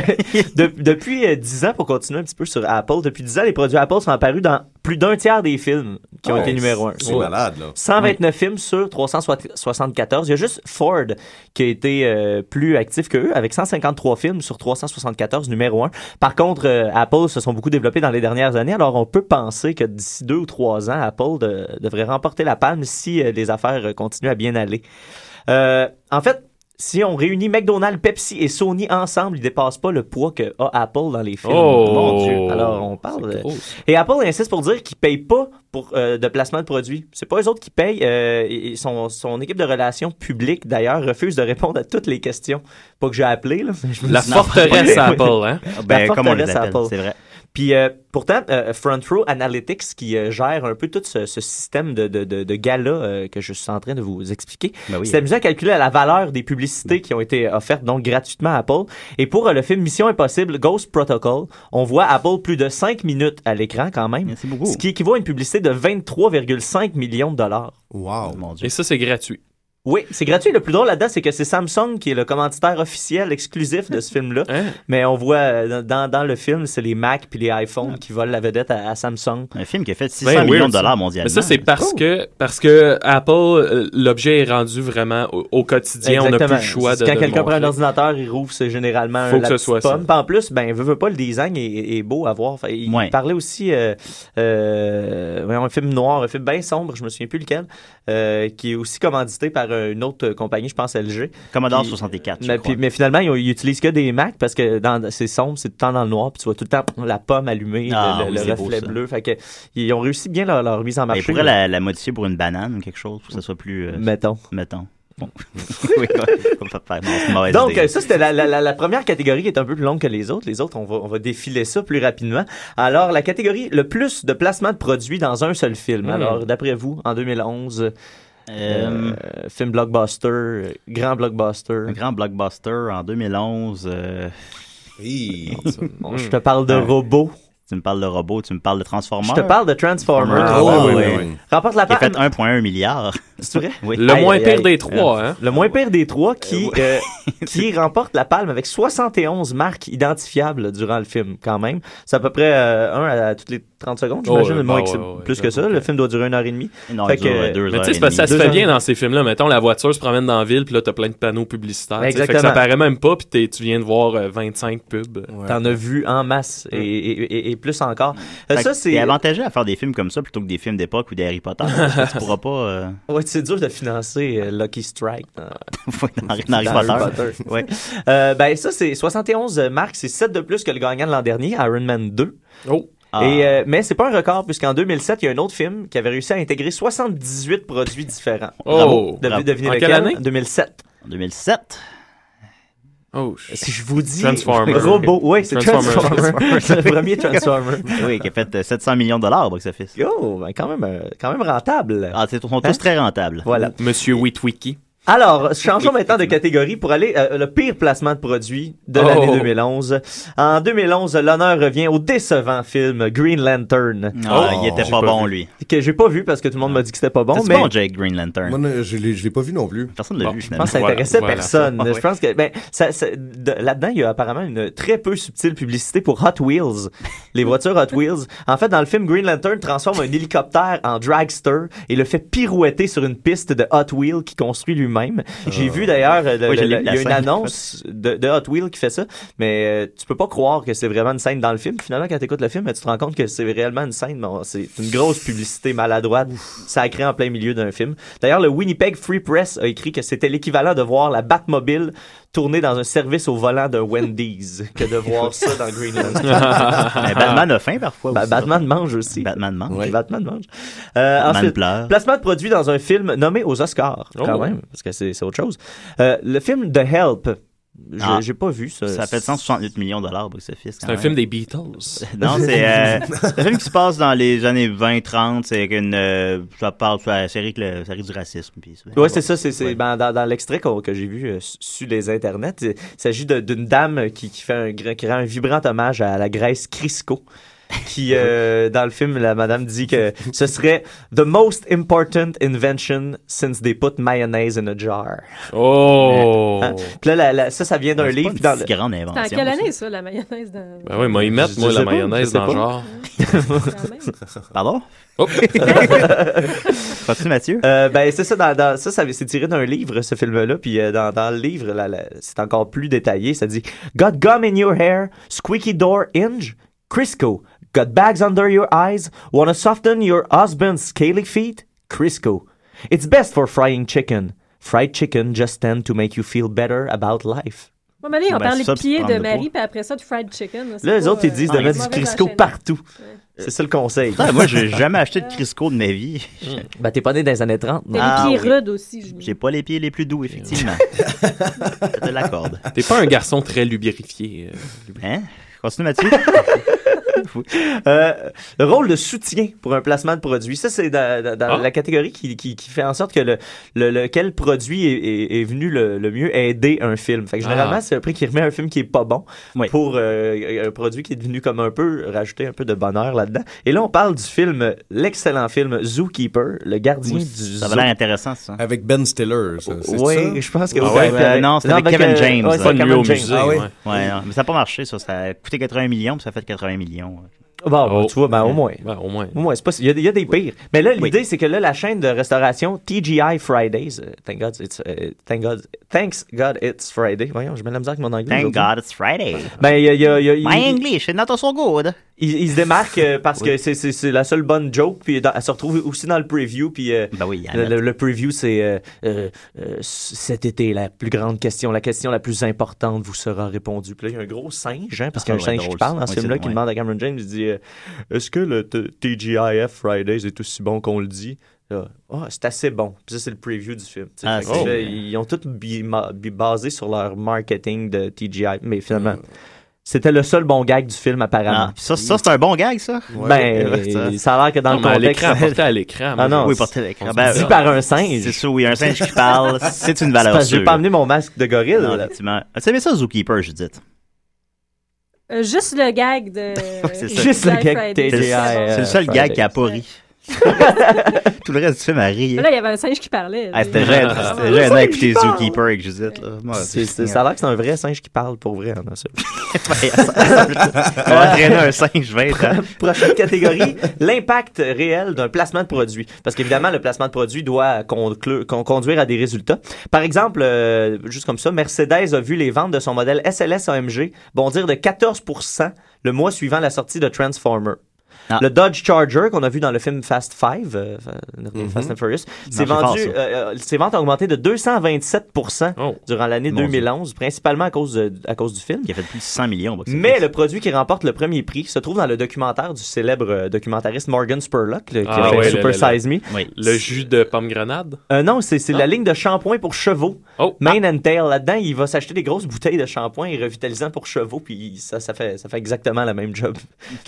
J: de- depuis euh, 10 ans, pour continuer un petit peu sur Apple, depuis 10 ans, les produits Apple sont apparus dans plus d'un tiers des films qui ont
G: Oh,
J: été numéro 1.
G: c'est malade, là.
J: 129 films sur 374. Il y a juste Ford qui a été euh, plus actif qu'eux, avec 153 films sur 374, numéro 1. Par contre, euh, Apple se sont beaucoup développés dans les dernières années, alors on peut penser que d'ici deux ou trois ans, Apple de- devrait remporter la palme si euh, les affaires euh, continuent à bien aller. Euh, en fait, si on réunit McDonald's, Pepsi et Sony ensemble, ils dépassent pas le poids que a Apple dans les films.
H: Oh!
J: Mon Dieu. Alors, on parle.
H: C'est
J: de-
H: gros.
J: Et Apple insiste pour dire qu'ils payent pas pour euh, de placement de produits. C'est pas eux autres qui payent. euh, et- et son, son équipe de relations publiques, d'ailleurs, refuse de répondre à toutes les questions. Pas que j'ai appelé, là. mais je me
H: La
J: suis-
H: forteresse
J: Oui.
H: Apple, hein?
J: La
H: Ben, comme on les
J: forteresse
H: appelle,
J: Apple.
H: c'est vrai.
J: Puis euh, pourtant, euh, Front Row Analytics, qui euh, gère un peu tout ce, ce système de, de, de, de gala euh, que je suis en train de vous expliquer,
F: Ben oui.
J: c'est amusant à calculer la valeur des publicités qui ont été offertes donc gratuitement à Apple. Et pour euh, le film Mission Impossible Ghost Protocol, on voit Apple plus de 5 minutes à l'écran quand même, ce qui équivaut à une publicité de 23,5 millions de dollars.
G: Wow!
H: Et ça, c'est gratuit.
J: Oui, c'est gratuit. Le plus drôle là-dedans, c'est que c'est Samsung qui est le commanditaire officiel exclusif de ce film-là.
H: Hein?
J: Mais on voit euh, dans, dans le film, c'est les Mac puis les iPhones qui volent la vedette à, à Samsung.
F: Ah. Un film qui a fait
J: Ben, weird, ça.
H: Mais ça, c'est parce que, parce que Apple, euh, l'objet est rendu vraiment au, au quotidien. On n'a plus le choix de.
J: Quand
H: de le
J: quelqu'un prend un
H: montrer.
J: ordinateur, il rouvre, c'est généralement
H: Faut
J: la
H: que ce
J: petite
H: soit ça.
J: pomme. Puis en plus, ben, veut, veut pas, le design est, est beau à voir. Fait, Il parlait aussi, euh, euh, voyons, un film noir, un film bien sombre, je me souviens plus lequel, euh, qui est aussi commandité par euh, une autre compagnie, je pense LG.
F: Commodore
J: Puis-
F: 64, je
J: Mais,
F: crois.
J: puis- mais finalement, ils, ont- ils utilisent que des Mac parce que dans, c'est sombre, c'est tout le temps dans le noir, puis tu vois tout le temps la pomme allumée,
F: Ah,
J: le,
F: oui,
J: le
F: c'est beau,
J: reflet
F: ça.
J: bleu. Fait que, ils ont réussi bien leur, leur mise en
F: Mais
J: marché.
F: il pourrait la, la modifier pour une banane ou quelque chose, pour que ça soit plus. euh,
J: mettons.
F: Mettons. Bon. oui, on va faire. non, c'est une mauvaise
J: Donc,
F: idée.
J: euh, ça, c'était la, la- la- la première catégorie qui est un peu plus longue que les autres. Les autres, on va, on va défiler ça plus rapidement. Alors, la catégorie, le plus de placements de produits dans un seul film.
F: Mm.
J: Alors, d'après vous, en 2011, euh,
F: Euh,
J: film blockbuster, euh, grand blockbuster.
F: Un grand blockbuster en 2011. euh,
J: Bon, je te parle de
F: Ouais.
J: robots.
F: Tu me parles de robots, tu me parles de Transformers.
J: Je te parle de Transformers.
F: Ah, ouais,
J: Oh, oui,
F: ouais,
J: oui,
F: ouais.
J: Remporte la
F: Qui a fait
J: palme.
F: 1,1 milliard.
J: C'est vrai?
F: Oui.
H: Le moins pire des trois, hein?
J: Le moins pire des trois qui, euh, qui remporte la palme avec 71 marques identifiables durant le film, quand même. C'est à peu près euh, un à, à toutes les 30 secondes,
H: Oh,
J: j'imagine.
H: ouais,
J: le moins
H: bah,
J: que c'est
H: ouais, ouais,
J: plus que ça. Le film doit durer une heure et demie.
F: Non,
J: Fait
F: il dure,
J: que- euh,
F: ouais, deux
H: Mais tu sais, c'est parce que ça se
J: Deux
H: fait
J: heures.
H: bien dans ces films-là. Mettons, la voiture se promène dans la ville, puis là, t'as plein de panneaux publicitaires. tu sais. Fait que
J: Exactement.
H: ça paraît même pas, puis t'es- tu viens de voir euh, 25 pubs.
J: T'en as vu en masse et, et- et- et plus encore. Euh,
F: Fait
J: ça,
F: que
J: c'est.
F: T'es avantageux à faire des films comme ça plutôt que des films d'époque ou des Harry Potter. parce que tu pourras pas. euh,
J: Ouais, c'est dur de financer euh, Lucky Strike dans,
F: dans Harry- dans Harry Potter.
J: Ouais. Euh, ben ça, c'est 71 marques, c'est 7 de plus que le gagnant de l'an dernier, Iron Man 2.
H: Oh.
F: Ah.
J: Et, euh, mais c'est pas un record, puisqu'en 2007, il y a un autre film qui avait réussi à intégrer 78 produits différents.
F: Oh.
J: Bravo. Deve-
F: Bravo.
J: devinez
F: En
J: lequel?
F: quelle année?
J: 2007.
F: En 2007.
H: Oh,
J: si je vous dis
F: Transformer.
J: robot, oui, c'est Transformer. le premier Transformer.
F: oui, qui a fait euh, 700 millions de dollars au box-office.
J: Oh, ben quand même, euh, quand même rentable. Hein?
F: Ah, c'est- ils sont tous très rentables.
J: Voilà.
H: Monsieur Witwicky.
J: Alors, changeons maintenant de catégorie pour aller euh, le pire placement de produit de
H: Oh.
J: l'année 2011. En 2011, l'honneur revient au décevant film Green Lantern.
F: Ah, il était pas bon, lui.
J: Que j'ai pas vu parce que tout le monde m'a dit que c'était pas bon.
F: C'est
J: mais...
F: bon, Jake Green Lantern.
G: Moi, ne- je l'ai je l'ai pas vu non plus.
F: Personne ne l'a vu,
J: Je pense que ça intéressait personne. Je pense que ben, ça- ça- de- là-dedans, il y a apparemment une très peu subtile publicité pour Hot Wheels, les voitures Hot Wheels. En fait, dans le film, Green Lantern transforme un hélicoptère en dragster et le fait pirouetter sur une piste de Hot Wheels qu'il construit lui-même. J'ai vu d'ailleurs, euh, le-
F: Oui, je
J: le-
F: l'ai vu,
J: il y
F: la
J: a une
F: scène.
J: annonce de, de Hot Wheels qui fait ça, mais euh, tu peux pas croire que c'est vraiment une scène dans le film. Finalement, quand tu écoutes le film, tu te rends compte que c'est réellement une scène. Bon, c'est une grosse publicité maladroite, sacrée en plein milieu d'un film. D'ailleurs, le Winnipeg Free Press a écrit que c'était l'équivalent de voir la Batmobile tourner dans un service au volant d'un Wendy's que de voir ça dans Greenland.
F: Mais Batman a faim parfois
J: Ba-
F: aussi.
J: Batman mange aussi.
F: Batman mange.
J: Batman mange. Euh,
F: Batman
J: ensuite,
F: pleure.
J: placement de produit dans un film nommé aux Oscars, quand
F: Oh.
J: même, parce que c'est c'est autre chose. Euh, le film The Help. Je-
F: Ah.
J: J'ai pas vu ça.
F: Ça fait 168 millions de dollars au box-office.
J: C'est un film
H: des Beatles.
F: Non, c'est euh, un film qui se passe dans les années 20-30. C'est une. euh, ça parle sur la série, que le- série du racisme. puis ça-
J: Oui, c'est ça. C'est, c'est- ben, dans, dans l'extrait qu'on- que j'ai vu euh, su- sur les internets, il s'agit de- d'une dame qui, qui fait un, gra- qui rend un vibrant hommage à la Grèce Crisco. qui, euh, dans le film, la madame dit que ce serait The most important invention since they put mayonnaise in a jar.
H: Oh!
J: Hein? Puis là, la- la- ça, ça vient d'un livre. puis dans le-
I: C'était en quelle année, ça, la mayonnaise? Dans...
H: Ben oui, moi, ils
J: Je-
H: mettent,
J: je
H: moi,
J: sais
H: la
J: pas, je
H: mayonnaise
J: sais
H: dans
J: pas.
H: le genre.
J: Pardon?
F: Continue, Mathieu.
J: ben, c'est ça, dans, dans- ça, ça c'est tiré d'un livre, ce film-là. Puis euh, dans, dans le livre, là, là, c'est encore plus détaillé. Ça dit Got gum in your hair, squeaky door hinge, Crisco. Got bags under your eyes, wanna soften your husband's scaly feet, Crisco. It's best for frying chicken. Fried chicken just tend to make you feel better about life.
I: Bon, mais allez, on
J: Ben,
I: parle
J: ça,
I: des
J: c'est
I: pieds
J: prendre
I: de
J: le
I: Marie, puis après ça, du fried chicken. c'est
J: Là, les
I: pas,
J: autres, ils
I: euh,
J: disent
I: un
J: de mettre du
I: mauvais
J: Crisco
I: enchaînement.
J: partout. C'est ça le conseil.
F: Putain, moi, j'ai jamais acheté de Crisco de ma vie. Ah
J: Ben, t'es pas né dans les années 30.
I: T'as les pieds rudes aussi, je
F: J'ai pas les pieds les plus doux, effectivement. Je te l'accorde.
H: T'es pas un garçon très lubrifié.
F: Hein? Continue, Mathieu.
J: Euh, le rôle de soutien pour un placement de produit. Ça, c'est dans, dans-
F: Ah.
J: dans la catégorie qui, qui- qui fait en sorte que le, le- le- quel produit est, est- est venu le, le mieux aider un film. Fait que généralement,
F: Ah.
J: c'est un prix qui remet un film qui est pas bon pour euh, un produit qui est devenu comme un peu, rajouter un peu de bonheur là-dedans. Et là, on parle du film, l'excellent film Zookeeper, le gardien
F: Oui,
J: du
F: ça
J: zoo.
F: avait l'air intéressant, ça.
G: Avec Ben Stiller, ça. c'est
J: Oui,
G: ça?
J: je pense que
F: Ah
J: oui,
F: ouais?
J: avec-
F: Euh, non, c'était
J: non,
F: avec Kevin
J: avec, euh,
F: James.
J: ouais, c'était Pas Kevin mieux au James. musée,
F: Ah oui?
J: ouais.
F: Ouais, non, mais ça n'a pas marché, ça. Ça a coûté 80 millions, puis ça a fait 80 millions.
J: Bon, tu vois, ben, au moins. au moins. c'est pas, il y a, des- il y a des pires. Mais là, l'idée, c'est que là, la chaîne de restauration TGI Fridays, euh, thank God it's, euh, thank God, thanks God it's Friday. Voyons, je mets la misère avec mon anglais.
F: Thank
J: aujourd'hui.
F: God it's Friday.
J: Ben, il y a, il y a- il y a- il-
F: My English is not so good.
J: il, il se démarque euh, parce que c'est- c'est c'est la seule bonne joke, puis dans- elle se retrouve aussi dans le preview, puis euh,
F: Ben
J: le, le- le preview, c'est euh, euh, euh, cet été, la plus grande question, la question la plus importante vous sera répondue. Puis là, il y a un gros singe, hein, parce qu'il y a un
F: Ah ouais,
J: singe qui
F: drôle,
J: parle
F: ça.
J: dans ce
F: Ouais,
J: film-là,
F: c'est-
J: qui
F: ouais.
J: demande à Cameron James, il dit euh, Est-ce que le T- TGIF Fridays est aussi bon qu'on le dit Là, Ah, c'est assez bon. Puis ça, c'est le preview du film. tu sais.
F: Ah,
J: Fait que
F: c'est-
J: là, Ils ont tout bi- ma- bi- basé sur leur marketing de TGI, mais finalement, c'était le seul bon gag du film, apparemment.
F: Ah, puis ça, ça, c'est un bon gag, ça.
J: Ben, ça a l'air que dans
H: Non,
J: le
H: mais
J: contexte...
H: à l'écran, porté à l'écran, moi,
J: Ah non,
H: je-
F: Oui, porté à l'écran.
J: on se
F: Ben,
J: dit
F: euh,
J: par un singe.
F: C'est ça, oui, un singe qui parle, c'est une valeur
J: parce que j'ai
F: sûre.
J: pas amené mon masque de gorille.
F: Non,
J: là.
F: effectivement. As-tu aimé ça, Zookeeper, Judith?
I: Euh, juste le gag de.
F: c'est ça.
I: Juste le gag
F: C'est le-
J: euh,
F: C'est le seul gag qui a pas ri. Tout le reste du film a ri.
I: Là, il y avait un singe qui parlait.
F: Ah, c'était gênant, c'était gênant d'écouter Zookeeper avec Judith. Là. Moi,
J: C'est- c'est- ça a l'air que c'est un vrai singe qui parle pour vrai. hein, dans ça.
F: On va entraîner un singe 20 ans.
J: Prochaine catégorie, l'impact réel d'un placement de produit. Parce qu'évidemment, le placement de produit doit conclure- con- conduire à des résultats. Par exemple, euh, juste comme ça, Mercedes a vu les ventes de son modèle SLS AMG bondir de 14 le mois suivant la sortie de Transformer. Le Dodge Charger qu'on a vu dans le film Fast Five, euh, Fast and Furious,
F: marchait
J: c'est
F: fort,
J: vendu,
F: ça.
J: euh, euh, ses ventes ont augmenté de 227 durant l'année
F: Oh. Mon Dieu.
J: 2011, principalement à cause, de- à cause du film.
F: Il a fait plus de 100 millions. au box-office.
J: Mais le produit qui remporte le premier prix se trouve dans le documentaire du célèbre euh, documentariste Morgan Spurlock, le- qui a
H: Ah
J: fait
H: ouais,
J: Super
H: le- le-
J: Size Me.
H: Le jus de pomme-grenade?
J: Euh, non, c'est c'est la ligne de shampoing pour chevaux.
F: Oh.
J: Mane and Tail. Là-dedans, il va s'acheter des grosses bouteilles de shampoing et revitalisant pour chevaux, puis ça, ça, fait, ça fait exactement la même job.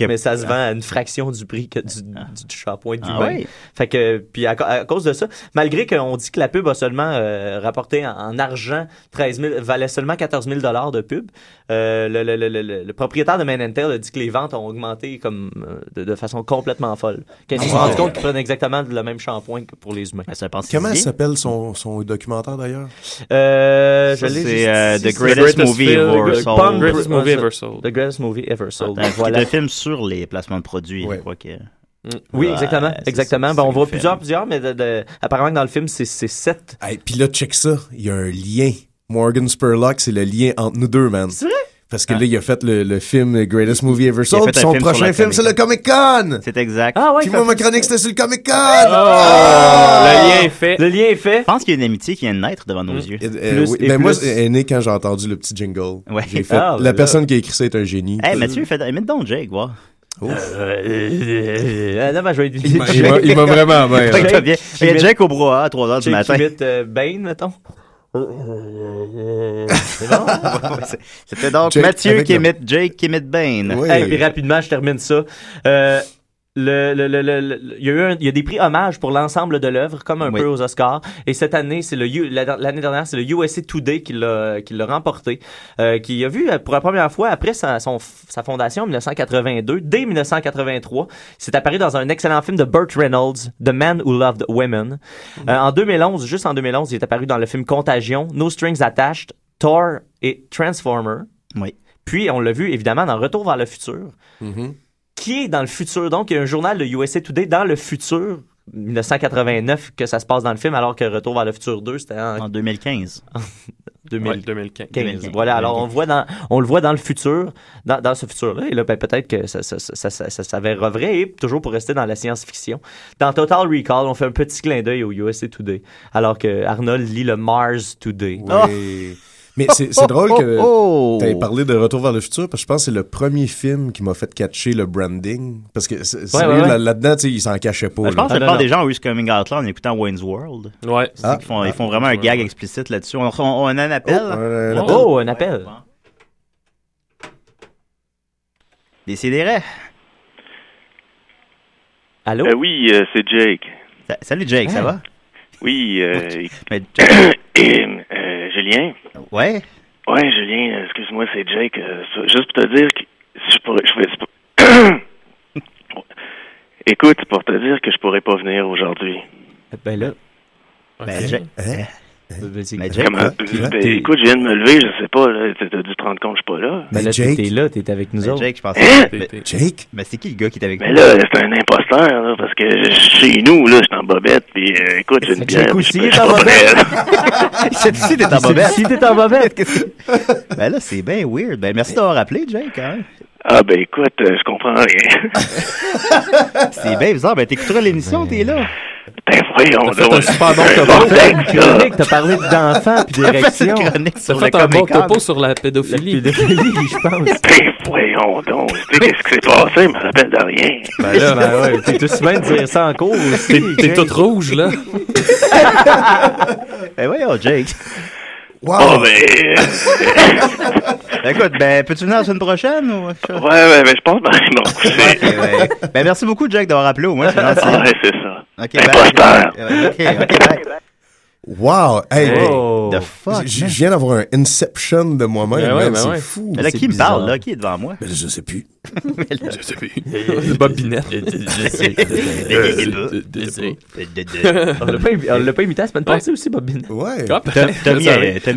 J: Mais ça se vend à une fraction du prix que du, du- du shampoing du
F: Ah
J: bain.
F: ouais?
J: Fait que, puis à, à cause de ça, malgré qu'on dit que la pub a seulement euh, rapporté en, en argent 13 000, valait seulement 14 000 dollars de pub, euh, le, le- le- le- le- le propriétaire de Man and Tail a dit que les ventes ont augmenté comme euh, de, de façon complètement folle.
F: Ah,
J: Qu'ils se sont rendus compte qu'ils prennent exactement le même shampoing que pour les humains.
F: Ben,
G: Comment s'appelle son, son documentaire d'ailleurs?
J: Euh, je
F: Ça,
J: l'ai
F: c'est,
J: juste
F: euh,
J: ici,
F: The
J: c'est-
F: Greatest Movie
J: film-
F: Ever
J: The
F: Sold.
J: Pump-
F: Greatest
J: ouais,
F: Movie
J: ça.
F: Ever Sold.
J: The Greatest Movie Ever Sold.
F: Attends,
J: Ben, Voilà. Mm.
F: C'est un film sur les placements de produits, je crois que.
J: Oui,
F: Ouais,
J: exactement.
F: c'est-
J: Exactement.
F: c'est-
J: Ben, on
F: c'est
J: voit
F: le
J: plusieurs, plusieurs, mais de- de- apparemment que dans le film, c'est c'est sept.
G: Et puis là, check ça, il y a un lien. Morgan Spurlock, c'est le lien entre nous deux, man. C'est
J: vrai?
G: Parce que là, il a fait le, le film Greatest Movie Ever
F: Il a
G: Sold.
F: fait
G: puis
F: un
G: Son
F: film sur
G: prochain
F: la
G: film, c'est le Comic Con.
F: C'est exact.
J: Ah ouais,
G: Puis moi, ma chronique, c'était sur le Comic Con. Ah!
J: lien est fait. Le lien est fait. Hum. Je
F: pense qu'il y a une amitié qui vient de naître devant nos yeux.
G: Euh, oui, ben moi, c'est né quand j'ai entendu le petit jingle.
F: Ouais.
G: J'ai fait,
F: Ah,
G: la
F: ben là.
G: personne qui a écrit ça est un génie.
F: Hey, Eh, Mathieu, fais... mets donc Jake, voir.
J: Euh, non, ben, je vais
G: Il m'a- il m'a- il m'a vraiment bien, hein.
F: Fait que
G: là.
F: t'as bien. Il y a
J: Jake-
F: Jake au bras à 3h du
J: Jake
F: matin.
J: qui imite, euh, Bane, mettons. C'est bon?
F: C'était donc
J: Jake
F: Mathieu
J: avec
F: qui
J: le-
F: imite Jake qui imite Bane.
J: Hey, puis rapidement, je termine ça. Euh, le- le- le- le- le- il y a eu un- il y a des prix hommages pour l'ensemble de l'œuvre, comme un peu aux Oscars. Et cette année, c'est le U- la- l'année dernière, c'est le USA Today qui l'a qui l'a remporté, euh, qui a vu euh, pour la première fois après sa, son, sa fondation en 1982, dès 1983, c'est apparu dans un excellent film de Burt Reynolds, The Man Who Loved Women. Euh, en 2011, juste en 2011, il est apparu dans le film Contagion, No Strings Attached, Thor et Transformer.
F: Oui.
J: Puis on l'a vu évidemment dans Retour vers le futur
G: Mm-hmm.
J: qui est dans le futur. Donc, il y a un journal de USA Today dans le futur. 1989 que ça se passe dans le film, alors que Retour vers le futur 2, c'était en...
F: 2015.
H: 2015.
J: 2015. Voilà, alors on, voit dans, on le voit dans le futur, dans, dans ce futur-là, et là, ben, peut-être que ça, ça, ça, ça, ça, ça s'avère vrai, et toujours pour rester dans la science-fiction. Dans Total Recall, on fait un petit clin d'œil au USA Today, alors que Arnold lit le Mars Today. Ah! Oh,
G: Oui. Mais c'est c'est drôle que
F: Oh,
G: tu parlé de Retour vers le futur parce que je pense que c'est le premier film qui m'a fait catcher le branding. Parce que c'est- sérieux,
F: ouais, ouais.
G: là- là-dedans, tu sais, ils s'en cachaient pas.
F: Ben, je pense que
G: Oh là.
F: la plupart des gens ont eu ce coming out là en écoutant Wayne's World.
H: Ouais.
F: C'est qu'ils
G: Ah.
F: font- ils font vraiment un gag explicite là-dessus. On, on- on a un appel.
J: Oh, un appel. Oh, un appel.
F: Décidérez.
J: Allô?
P: Euh, oui, euh, c'est Jake.
F: Salut Jake, ça va?
P: Oui, euh, euh, Julien.
F: Ouais?
P: Ouais, Julien, euh, excuse-moi, c'est Jake. euh, ça- juste pour te dire que je pourrais. Je vais- c'est pour- Écoute, c'est pour te dire que je pourrais pas venir aujourd'hui.
J: Ben là.
F: Eh Ben, Jake.
G: Hein?
F: Ben, Jake,
P: Comment?
F: écoute, là,
P: Ben,
F: t'es-
P: écoute, je viens de me lever, je sais pas, là, t'as t'as dû te rendre compte que je suis pas là.
F: Ben là,
J: t'es là, t'es avec nous
F: Ben,
J: autres.
F: Jake, je pense
P: Hein?
F: Ben,
G: Jake?
F: Mais c'est qui le gars qui est avec
P: Mais
F: nous?
P: Ben là, c'est un imposteur, là, parce que je- chez nous, là, je suis en bobette, puis euh, écoute, j'ai une bière.
F: Jake
P: puis
F: aussi
P: je peux-
F: est
P: je
F: en
P: peux pas
F: bobette.
P: venir.
F: Celle-ci, t'es en
P: Celle-ci,
F: bobette.
J: t'es en bobette.
F: ben là, c'est bien weird. Ben merci d'avoir appelé, Jake, quand même.
P: Ah, ben écoute, euh, je comprends rien.
F: C'est bien bizarre. Ben t'écouteras l'émission, t'es là.
P: Ben voyons,
F: T'as fait un super bon topo.
P: bon texte, là.
J: T'as parlé d'enfants puis des
F: T'as fait une
J: réactions.
F: chronique
J: T'as
F: sur
J: fait
F: le
H: un bon
F: Comic-Con.
H: topo sur la pédophilie.
J: La pédophilie, je pense.
P: Ben voyons donc, tu sais, qu'est-ce qui s'est passé? Je me rappelle de rien.
J: Ben là, ben ouais, t'es tout bien de dire ça en cours aussi.
H: T'es- t'es toute rouge, là.
F: Ben voyons, Jake.
G: Wow.
P: Oh, ben,
F: Ben, écoute, ben peux-tu venir la semaine prochaine ou... Ouais,
P: ouais, ben je pense que je vais me
F: coucher. Ben merci beaucoup, Jake, d'avoir appelé au moins. c'est gentil.
P: Ouais, c'est ça.
F: Ok,
P: Imposteur.
F: bye. Ok, ok, bye.
G: Ben Wow! Hey,
F: Hey, the fuck,
G: j-
F: man.
G: Je viens d'avoir un inception de moi-même.
F: Ben ouais,
G: man,
F: ben
G: c'est
F: ouais.
G: fou.
F: Mais là, qui me parle, là? Qui est devant moi?
G: Ben, je sais plus.
F: Je
H: sais plus. Bobinette.
J: on l'a pas, évi- on l'a pas imité la semaine passée aussi, Bobine. euh,
G: Ouais.
H: euh,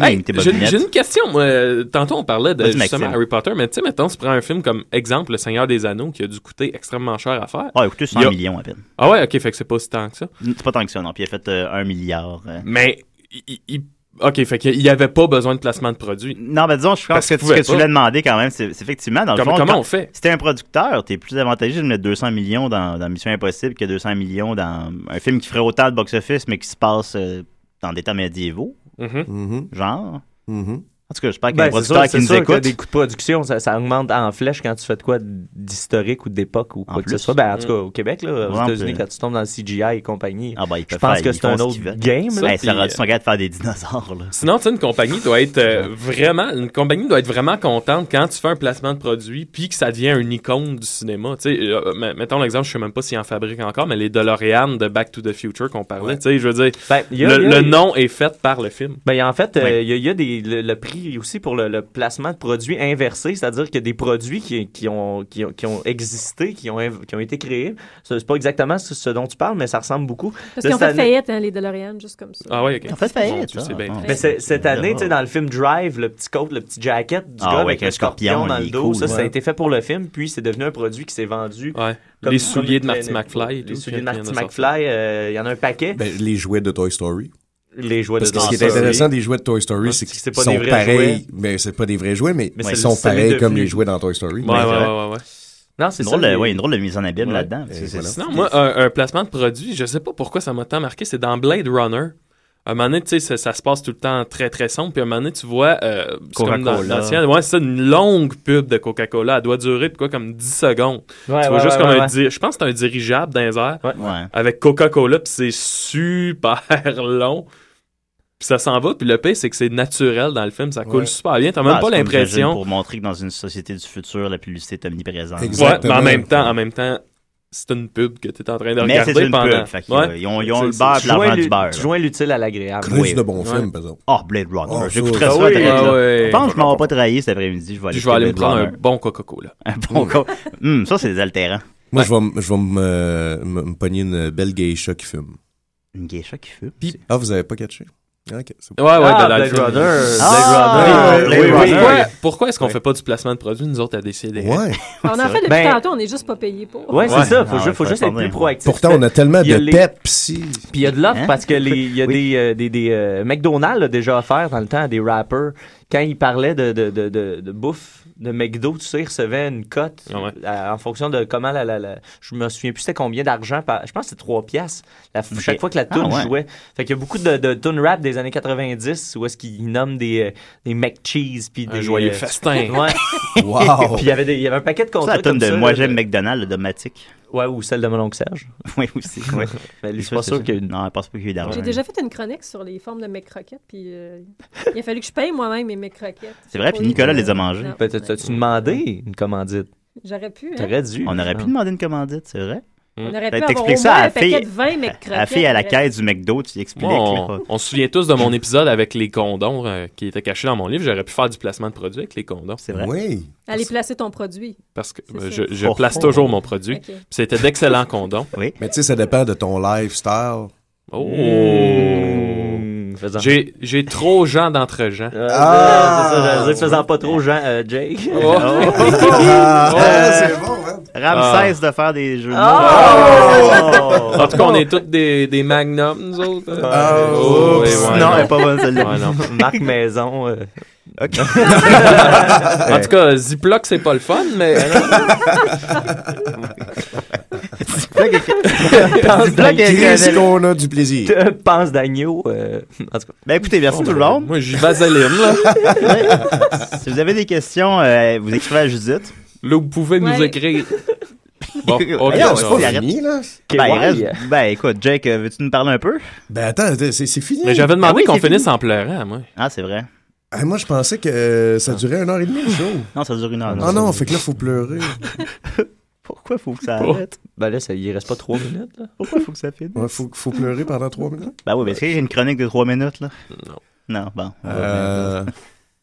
H: Hey, j'ai- J'ai une question. moi. Euh, Tantôt, on parlait de
F: Vas-y,
H: justement
F: Maxime.
H: Harry Potter, mais tu sais, mettons, tu prends un film comme exemple, Le Seigneur des Anneaux, qui a dû coûter extrêmement cher à faire.
F: Ah, écoutez, 100
H: Il y a-
F: millions à peine.
H: Ah ouais, ok, fait que c'est pas si tant que ça.
F: C'est pas tant que ça, non. Puis il a fait euh, un milliard. euh.
H: Mais, il- il- ok, fait qu'il n'y avait pas besoin de placement de produit.
F: Non, mais disons, je pense
H: Parce
F: que
H: qu'il
F: ce que
H: pouvait
F: tu voulais
H: pas.
F: demander quand même, c'est c'est effectivement, ah, dans le
H: Comme-
F: fond,
H: comment
F: quand-
H: on fait?
F: Si t'es un producteur, t'es plus avantagé de mettre 200 millions dans, dans Mission Impossible que 200 millions dans un film qui ferait autant de box-office, mais qui se passe euh, dans des temps médiévaux.
H: Mhm.
F: Genre.
G: Mm-hmm.
F: En tout cas, j'espère qu'il y a
J: Ben,
F: un producteur
J: c'est sûr,
F: qui
J: c'est
F: nous
J: sûr que
F: écoute.
J: des coûts de production, ça, ça augmente en flèche quand tu fais de quoi d'historique ou d'époque ou quoi que ce
F: plus.
J: soit. Ben, en
H: Mm.
J: tout cas, au Québec, là, aux
F: Vraiment,
J: États-Unis,
F: euh,
J: quand tu tombes dans le CGI et compagnie,
F: Ah, ben, ils
J: je
F: peuvent
J: pense
F: faire-
J: que
F: ils
J: c'est
F: font
J: un
F: ce
J: autre
F: qu'ils veulent.
J: game. là.
F: Ben, ça
J: Puis, euh,
F: rendu son gars de faire des dinosaures, là.
H: Sinon, tu sais, une compagnie doit être euh, vraiment, une compagnie doit être vraiment contente quand tu fais un placement de produit, puis que ça devient une icône du cinéma. Tu sais, euh, m- mettons l'exemple, je sais même pas s'ils en fabriquent encore, mais les DeLorean de Back to the Future qu'on parlait, tu sais, je veux dire,
J: Ben, y a-
H: le,
J: y a-
H: le nom est fait par le film.
J: Ben, en fait, euh, il
H: Ouais.
J: y a, il y a des, le, le prix aussi pour le, le placement de produits inversés, c'est-à-dire que des produits qui, qui, ont, qui, ont, qui ont existé, qui ont, inv- qui ont été créés, ce- c'est pas exactement ce, ce dont tu parles, mais ça ressemble beaucoup.
I: Parce
J: Là,
I: qu'ils ont
J: cette
I: fait
J: année-
I: faillite, hein, les DeLorean, juste comme ça.
H: Ah ouais, ok.
I: Ils ont fait faillite,
H: Mon Dieu, c'est
I: ah,
H: bien.
J: Mais c'est- cette année, tu sais, dans le film Drive, le petit coat, le petit jacket du
F: Ah
J: gars
F: ouais,
J: avec
F: avec
J: le
F: un
J: scorpion,
F: scorpion,
J: dans
F: il
J: le
F: est
J: dos,
F: cool,
J: ça, ça a
H: hein.
F: ouais.
J: été fait pour le film, puis c'est devenu un produit qui s'est vendu.
H: Les souliers de Marty
J: traîner.
H: McFly et tout,
J: Les souliers de
H: qui
J: Marty
H: viennent de
J: McFly, euh, il y en a un paquet.
G: Ben, les jouets de Toy Story.
J: Les jouets
G: Parce
J: de
G: que
J: Toy
G: Ce qui est
J: Story.
G: intéressant des jouets de Toy
J: Ouais,
G: Story, c'est
J: c'est
G: qu'ils
J: que c'est pas
G: sont
J: des vrais jouets.
G: pareils. Mais c'est pas des vrais jouets, mais,
J: Mais
G: ils
J: c'est
G: sont
J: le- c'est
G: pareils
J: devenu.
G: comme les jouets dans Toy Story.
H: Ouais, ouais, ouais, ouais.
J: Non,
F: Une
J: c'est ça,
F: drôle de-
J: les-
F: ouais, une drôle de mise en abîme
H: Ouais.
F: là-dedans.
H: Et
F: C'est- c'est-
H: voilà.
F: c'est-
H: Sinon, moi, un, un placement de produit, je sais pas pourquoi ça m'a tant marqué, c'est dans Blade Runner. À un moment donné, tu sais, ça, ça se passe tout le temps très, très sombre. Puis à un moment donné, tu vois, euh, c'est comme dans,
J: Coca-Cola.
H: dans le ciel. Ouais, c'est ça, une longue pub de Coca-Cola. Elle doit durer, puis quoi, comme 10 secondes.
J: Ouais,
H: tu vois
J: ouais,
H: juste
J: ouais,
H: comme
J: ouais,
H: un...
J: ouais.
H: di- Je pense que c'est un dirigeable dans les airs
F: Ouais.
H: avec Coca-Cola, puis c'est super long. Puis ça s'en va. Puis le pire, c'est que c'est naturel dans le film. Ça coule
F: Ouais.
H: super bien. T'as
F: Ah,
H: même pas
F: c'est comme
H: l'impression...
F: Pour montrer que dans une société du futur, la publicité est omniprésente.
H: Ouais, mais en même temps, en même temps, c'est une pub que tu es en train de
F: Mais
H: regarder
F: c'est une
H: pendant.
F: pub, fait que, euh, ils ont- ils ont le beurre
H: Tu
F: puis l'argent
H: joins
F: du
H: l'u-
F: beurre,
H: tu
F: là.
H: joins l'utile à l'agréable.
F: Crise de bon film, par exemple. Ah, Blade Runner.
H: Ah,
F: J'écouterais
H: ça,
F: ça.
H: oui.
F: t'as raison.
H: Ah, ouais.
F: Je pense que je m'en vais pas travailler cet après-midi. Je vais aller,
H: Je vais aller me
F: écouter Blade
H: prendre un
F: Runner.
H: bon Mm. Coca-Cola.
F: Un bon co- Hum, ça, c'est désaltérant.
G: Moi, je vais, m- je vais me, euh, me- me pogner une belle geisha qui fume.
F: Une geisha qui fume.
G: Ah, vous avez pas catché? Ok, c'est bon.
H: Ouais, ouais,
F: Ah,
H: de la-
F: Blade
H: film.
F: Runner.
H: Blade
F: Ah,
H: Runner.
F: Blade
H: Oui, oui, oui.
F: Runner.
H: Pourquoi, pourquoi est-ce qu'on
F: Ouais.
H: fait pas du placement de produit, nous autres, à décider?
G: Ouais.
I: On en fait depuis
H: Ben-
I: tantôt, on n'est juste pas payé pour.
H: Ouais, c'est ça.
G: Ah
H: Faut, ju-
G: ouais,
H: faut
G: faut
H: juste
G: être
H: être plus
G: formé.
H: proactif.
G: Pourtant, on a tellement
H: Il y
G: de
H: les-
G: Pepsi.
J: Puis il y a de l'offre
G: Hein?
J: parce que les- il y a des, euh, des, des, euh, McDonald's a déjà offert dans le temps à des rappers quand ils parlaient de, de, de, de, de bouffe de McDo, tu sais, ils recevaient une cote
H: Ah
J: euh, en fonction de comment la, la, la- je me souviens plus c'était combien d'argent par- je pense que c'est 3 piastres la, f- chaque fois que la
F: Ah,
J: tune
F: ouais.
J: jouait. Fait qu'il y a beaucoup de, de tunes rap des années 90 où est-ce qu'ils nomment des euh, des McCheese puis
H: Un
J: des
H: joyeux
J: euh,
H: festin.
J: Ouais.
F: Wow.
J: puis il y avait des- il y avait un paquet de
F: C'est
J: contrats
F: la tonne
J: comme
F: de
J: ça,
F: Moi,
J: là,
F: j'aime McDonald's, de Matic.
J: Ouais, ou celle de mon oncle Serge.
F: Oui, aussi. Ouais.
J: Ben, lui,
F: je suis
J: ça,
F: pas
J: c'est
F: sûr
J: ça.
F: qu'il y ait une- Non, je pense pas qu'il y ait d'argent.
I: J'ai déjà fait une chronique sur les formes de mes croquettes, puis euh, il a fallu que je paye moi-même mes mes croquettes.
F: C'est vrai, puis Nicolas les a mangés.
I: Non.
J: Peut-être t'as-tu demandé une commandite?
I: J'aurais pu. hein.
J: T'aurais dû. Ah. Mm.
F: On aurait pu demander une commandite, c'est vrai.
I: On aurait pu
F: Peut-être
I: avoir
F: t'expliques
I: au
F: ça
I: moins
F: à
I: un
F: la fille,
I: paquet de vingt, mais
F: à la fille à la
I: croquettes,
F: caisse du McDo, tu y expliques.
H: Moi,
F: là.
H: on, on se souvient tous de mon épisode avec les condons euh, qui était caché dans mon livre. J'aurais pu faire du placement de produit avec les condons. C'est
F: vrai.
G: Oui.
I: Allez placer ton produit.
H: Parce que
I: C'est
H: euh,
I: ça.
H: je, je place toujours mon produit.
I: Ok.
H: Puis C'était d'excellents condons.
F: Oui.
G: Mais tu sais, ça dépend de ton lifestyle. Mmh.
H: Oh! J'ai j'ai trop gens d'entre gens.
J: Ah! C'est ça, j'allais dire, faisant pas trop gens, euh, Jake.
F: Oh.
J: Ah, c'est bon, man.
F: Ramsès de faire des jeux. de mots.
J: Oh!
F: Oh!
H: Ah. En tout cas, on est tous des, des magnums, nous autres.
F: Ah,
H: Oh,
F: oups.
H: ouais,
F: Non, elle est pas bonne, celle-là.
H: Ouais, non.
J: Marc Maison. euh.
H: en tout cas, Ziploc, c'est pas le fun, mais. hein?
F: Ziploc est- euh, Qu'est-ce
G: qu'on a du plaisir?
J: Pense d'agneau. euh, en tout cas.
F: Ben écoutez, merci tout le monde.
H: Moi, j'y vaseline, là.
F: si vous avez des questions, euh, vous écrivez à Judith.
H: Là, vous pouvez
F: nous
H: Ouais. écrire. Bon, ok,
G: c'est pas fini, là.
F: Ben, il
G: Ok, ouais.
F: reste- ben, écoute, Jake, euh, veux-tu nous parler un peu?
G: Ben attends, c'est c'est fini.
H: Mais j'avais demandé qu'on finisse en pleurant, moi.
F: Ah, c'est vrai.
G: Ah, moi, je pensais que euh, ça durait une heure et demie le show.
F: Ah. Non, ça dure une heure.
G: Ah non, fait que là, faut pleurer.
F: Pourquoi faut que ça
G: Oh.
F: arrête?
J: Ben là, ça, il reste pas trois minutes. Là.
F: Pourquoi faut que ça finisse?
G: Ouais, faut, faut pleurer pendant trois minutes.
F: Ben oui, mais est-ce que j'ai une chronique de trois minutes, là?
H: Non.
F: Non, bon. on va
G: Euh...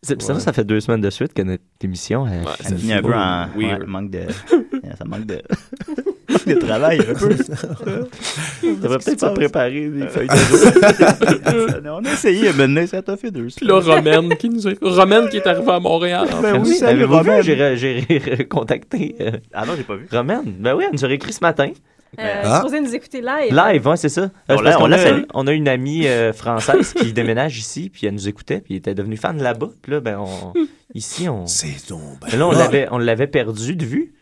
J: C'est- Ça, ça fait deux semaines de suite que notre émission elle, elle
F: Ça finit
J: finit
F: un peu
J: pas.
F: en
J: Oui.
F: ouais, manque de. euh, ça manque de. de travail un peu. T'aurais peut-être
J: qui se
F: pas
J: passe?
F: préparé
H: Euh.
F: des feuilles de Euh, On a essayé à mener ça t'a fait deux.
H: Puis là, Romaine qui, nous est... Romaine qui est arrivée à Montréal. en
J: Ben
H: fait.
J: oui, avez-vous vu? J'ai, re- j'ai re- recontacté. euh,
F: Ah non, j'ai pas vu.
J: Romaine. Ben oui, elle nous a écrit ce matin.
I: Euh,
G: Ah.
I: supposé nous écouter live.
J: Live, ouais, c'est ça. Euh,
F: On
J: je pense
F: l'a- on
J: qu'on
F: l'a
J: a,
F: salué.
J: on a une amie euh, française qui déménage ici, puis elle nous écoutait, puis elle était devenue fan là-bas. Puis là, ben, on, ici, on.
G: C'est donc
J: Mais là, on l'avait, on l'avait perdu de vue.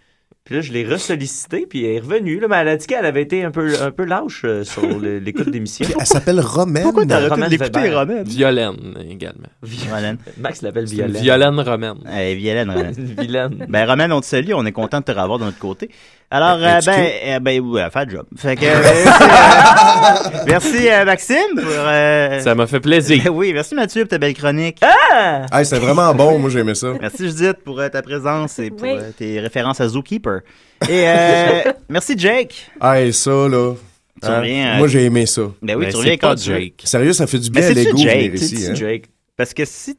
J: Puis là, je l'ai ressollicité, puis elle est revenue. Là, mais elle a dit qu'elle avait été un peu, un peu lâche euh, sur le- l'écoute d'émission.
G: Elle s'appelle Romaine.
F: Pourquoi t'as arrêté
J: Romaine
F: de l'écouter,
J: Weber.
F: Romaine?
H: Violaine également.
F: Violaine.
J: Max l'appelle
H: C'est une
J: Violaine.
H: Violaine Romaine.
F: Eh, Violaine, Romaine.
J: Violaine.
F: Ben, Romaine, on te salue, on est content de te revoir de notre côté. Alors,
J: Ben,
F: euh,
J: tu
F: ben,
J: cute.
F: euh, ben, ouais, fais le job. Fait que, euh, c'est, euh, merci, euh, Maxime, pour, euh,
H: Ça m'a fait plaisir.
F: Ben oui, merci Mathieu pour ta belle chronique.
J: Ah!
G: Hey, c'était vraiment bon, moi j'aimais ça.
F: Merci Judith pour euh, ta présence et pour
G: Oui.
F: euh, tes références à Zookeeper. Et euh, merci Jake.
G: Hey, ça là. Hein?
F: Tu reviens, euh,
G: Ah, Moi j'ai aimé ça.
F: Ben oui, Ben, tu reviens c'est quand pas tu veux. Jake.
G: Sérieux, ça fait du bien à
F: c'est-tu
G: l'ego de venir
F: C'est-tu
G: ici. hein.
F: Jake. Parce que si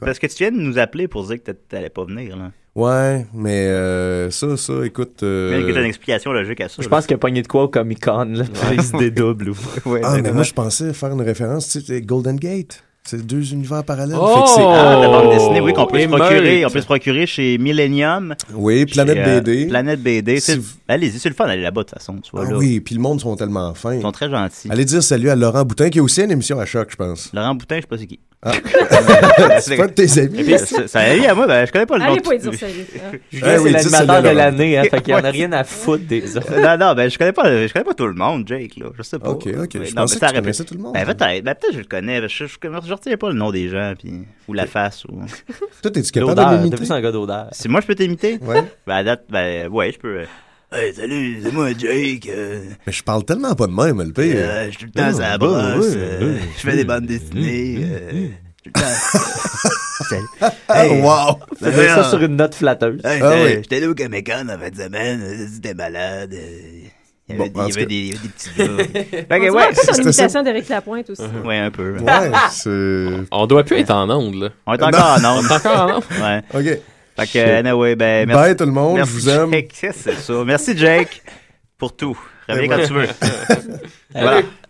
F: parce que tu viens de nous appeler pour dire que t'a- t'allais pas venir là.
G: Ouais, mais euh, ça, ça, écoute. euh,
F: Mais que t'as une explication logique à ça.
J: Je pense qu'il a pogné de quoi au Comic Con, là, puis il se dédouble. ou-
G: ah, mais
J: exactement.
G: moi je pensais faire une référence, tu sais, c'est Golden Gate. C'est deux univers parallèles.
H: Oh!
G: Fait que c'est-
F: Ah, la bande dessinée, oui, qu'on peut, se
H: Émeute.
F: procurer, on peut se procurer chez Millennium.
G: Oui, Planète
F: Chez, euh,
G: BD.
F: Planète BD.
G: Si
F: c'est-
G: vous-
F: Allez-y, c'est le fun d'aller là-bas, de toute façon. Tu vois,
G: Ah
F: là.
G: oui, puis le monde sont tellement fins. Ils
F: sont très gentils.
G: Allez dire salut à Laurent Boutin, qui a aussi une émission à choc, je pense.
F: Laurent Boutin, je sais pas c'est qui.
G: Ah. c'est pas de tes amis.
F: Et puis, ça, ça a eu à moi, ben, je connais pas le nom.
I: Allez
F: de-
I: pas y dire salut. hein.
J: Julien,
G: Ah
F: Eh oui,
J: c'est
F: dis
J: l'animateur
F: salut à
J: de
F: Laurent.
J: l'année, hein, fait qu'il en a
F: Ouais.
J: rien à foutre des autres.
F: non, non, ben, je connais pas, je connais pas tout le monde, Jake, là. Je sais pas.
G: Ok, ok, je
F: non, mais
G: pensais que
F: ça
G: tu
F: aurait
G: connaissais
F: pu-
G: tout le monde.
F: Ben, peut-être, ben, peut-être que je le connais. parce que Je, je, je, je retiens pas le nom des gens, puis, ou la face, ou.
G: Toi, t'es-tu capable de
F: L'odeur,
G: m'imiter?
F: t'es plus un
J: gars d'odeur.
F: Si moi, je peux t'imiter?
G: Ouais.
F: Ben, à date, ben, ouais, je peux. euh, Hey, salut, c'est moi, Jake. euh,
G: Mais je parle tellement pas de même, Ah, LP. bah ben,
F: euh, je suis tout le temps à la brosse. euh, je fais des bandes dessinées. euh, Hey,
G: wow!
J: Faisais ça sur une note flatteuse.
F: Hey,
J: Ah
F: j'étais-
J: oui.
F: J'étais allé au Comic-Con en fin de semaine, euh, c'était malade. euh, Il y avait,
G: Bon, en
F: des- il y
G: tout
F: avait
G: cas.
F: des, il y avait des petits gars.
I: On dirait un peu son imitation d'Éric Lapointe aussi.
F: Ouais, un peu.
I: Ouais,
G: c'est...
H: On doit plus être en onde, là.
F: On est encore en onde.
H: On est encore en onde.
F: Ouais.
G: OK.
F: Fait que, euh, anyway, ben, merci.
G: Bye, tout le monde,
F: Merci,
G: je vous aime.
F: Jake. C'est ça. Merci, Jake, pour tout. Reviens
G: Eh ouais.
F: quand tu veux.
G: Salut.
F: voilà.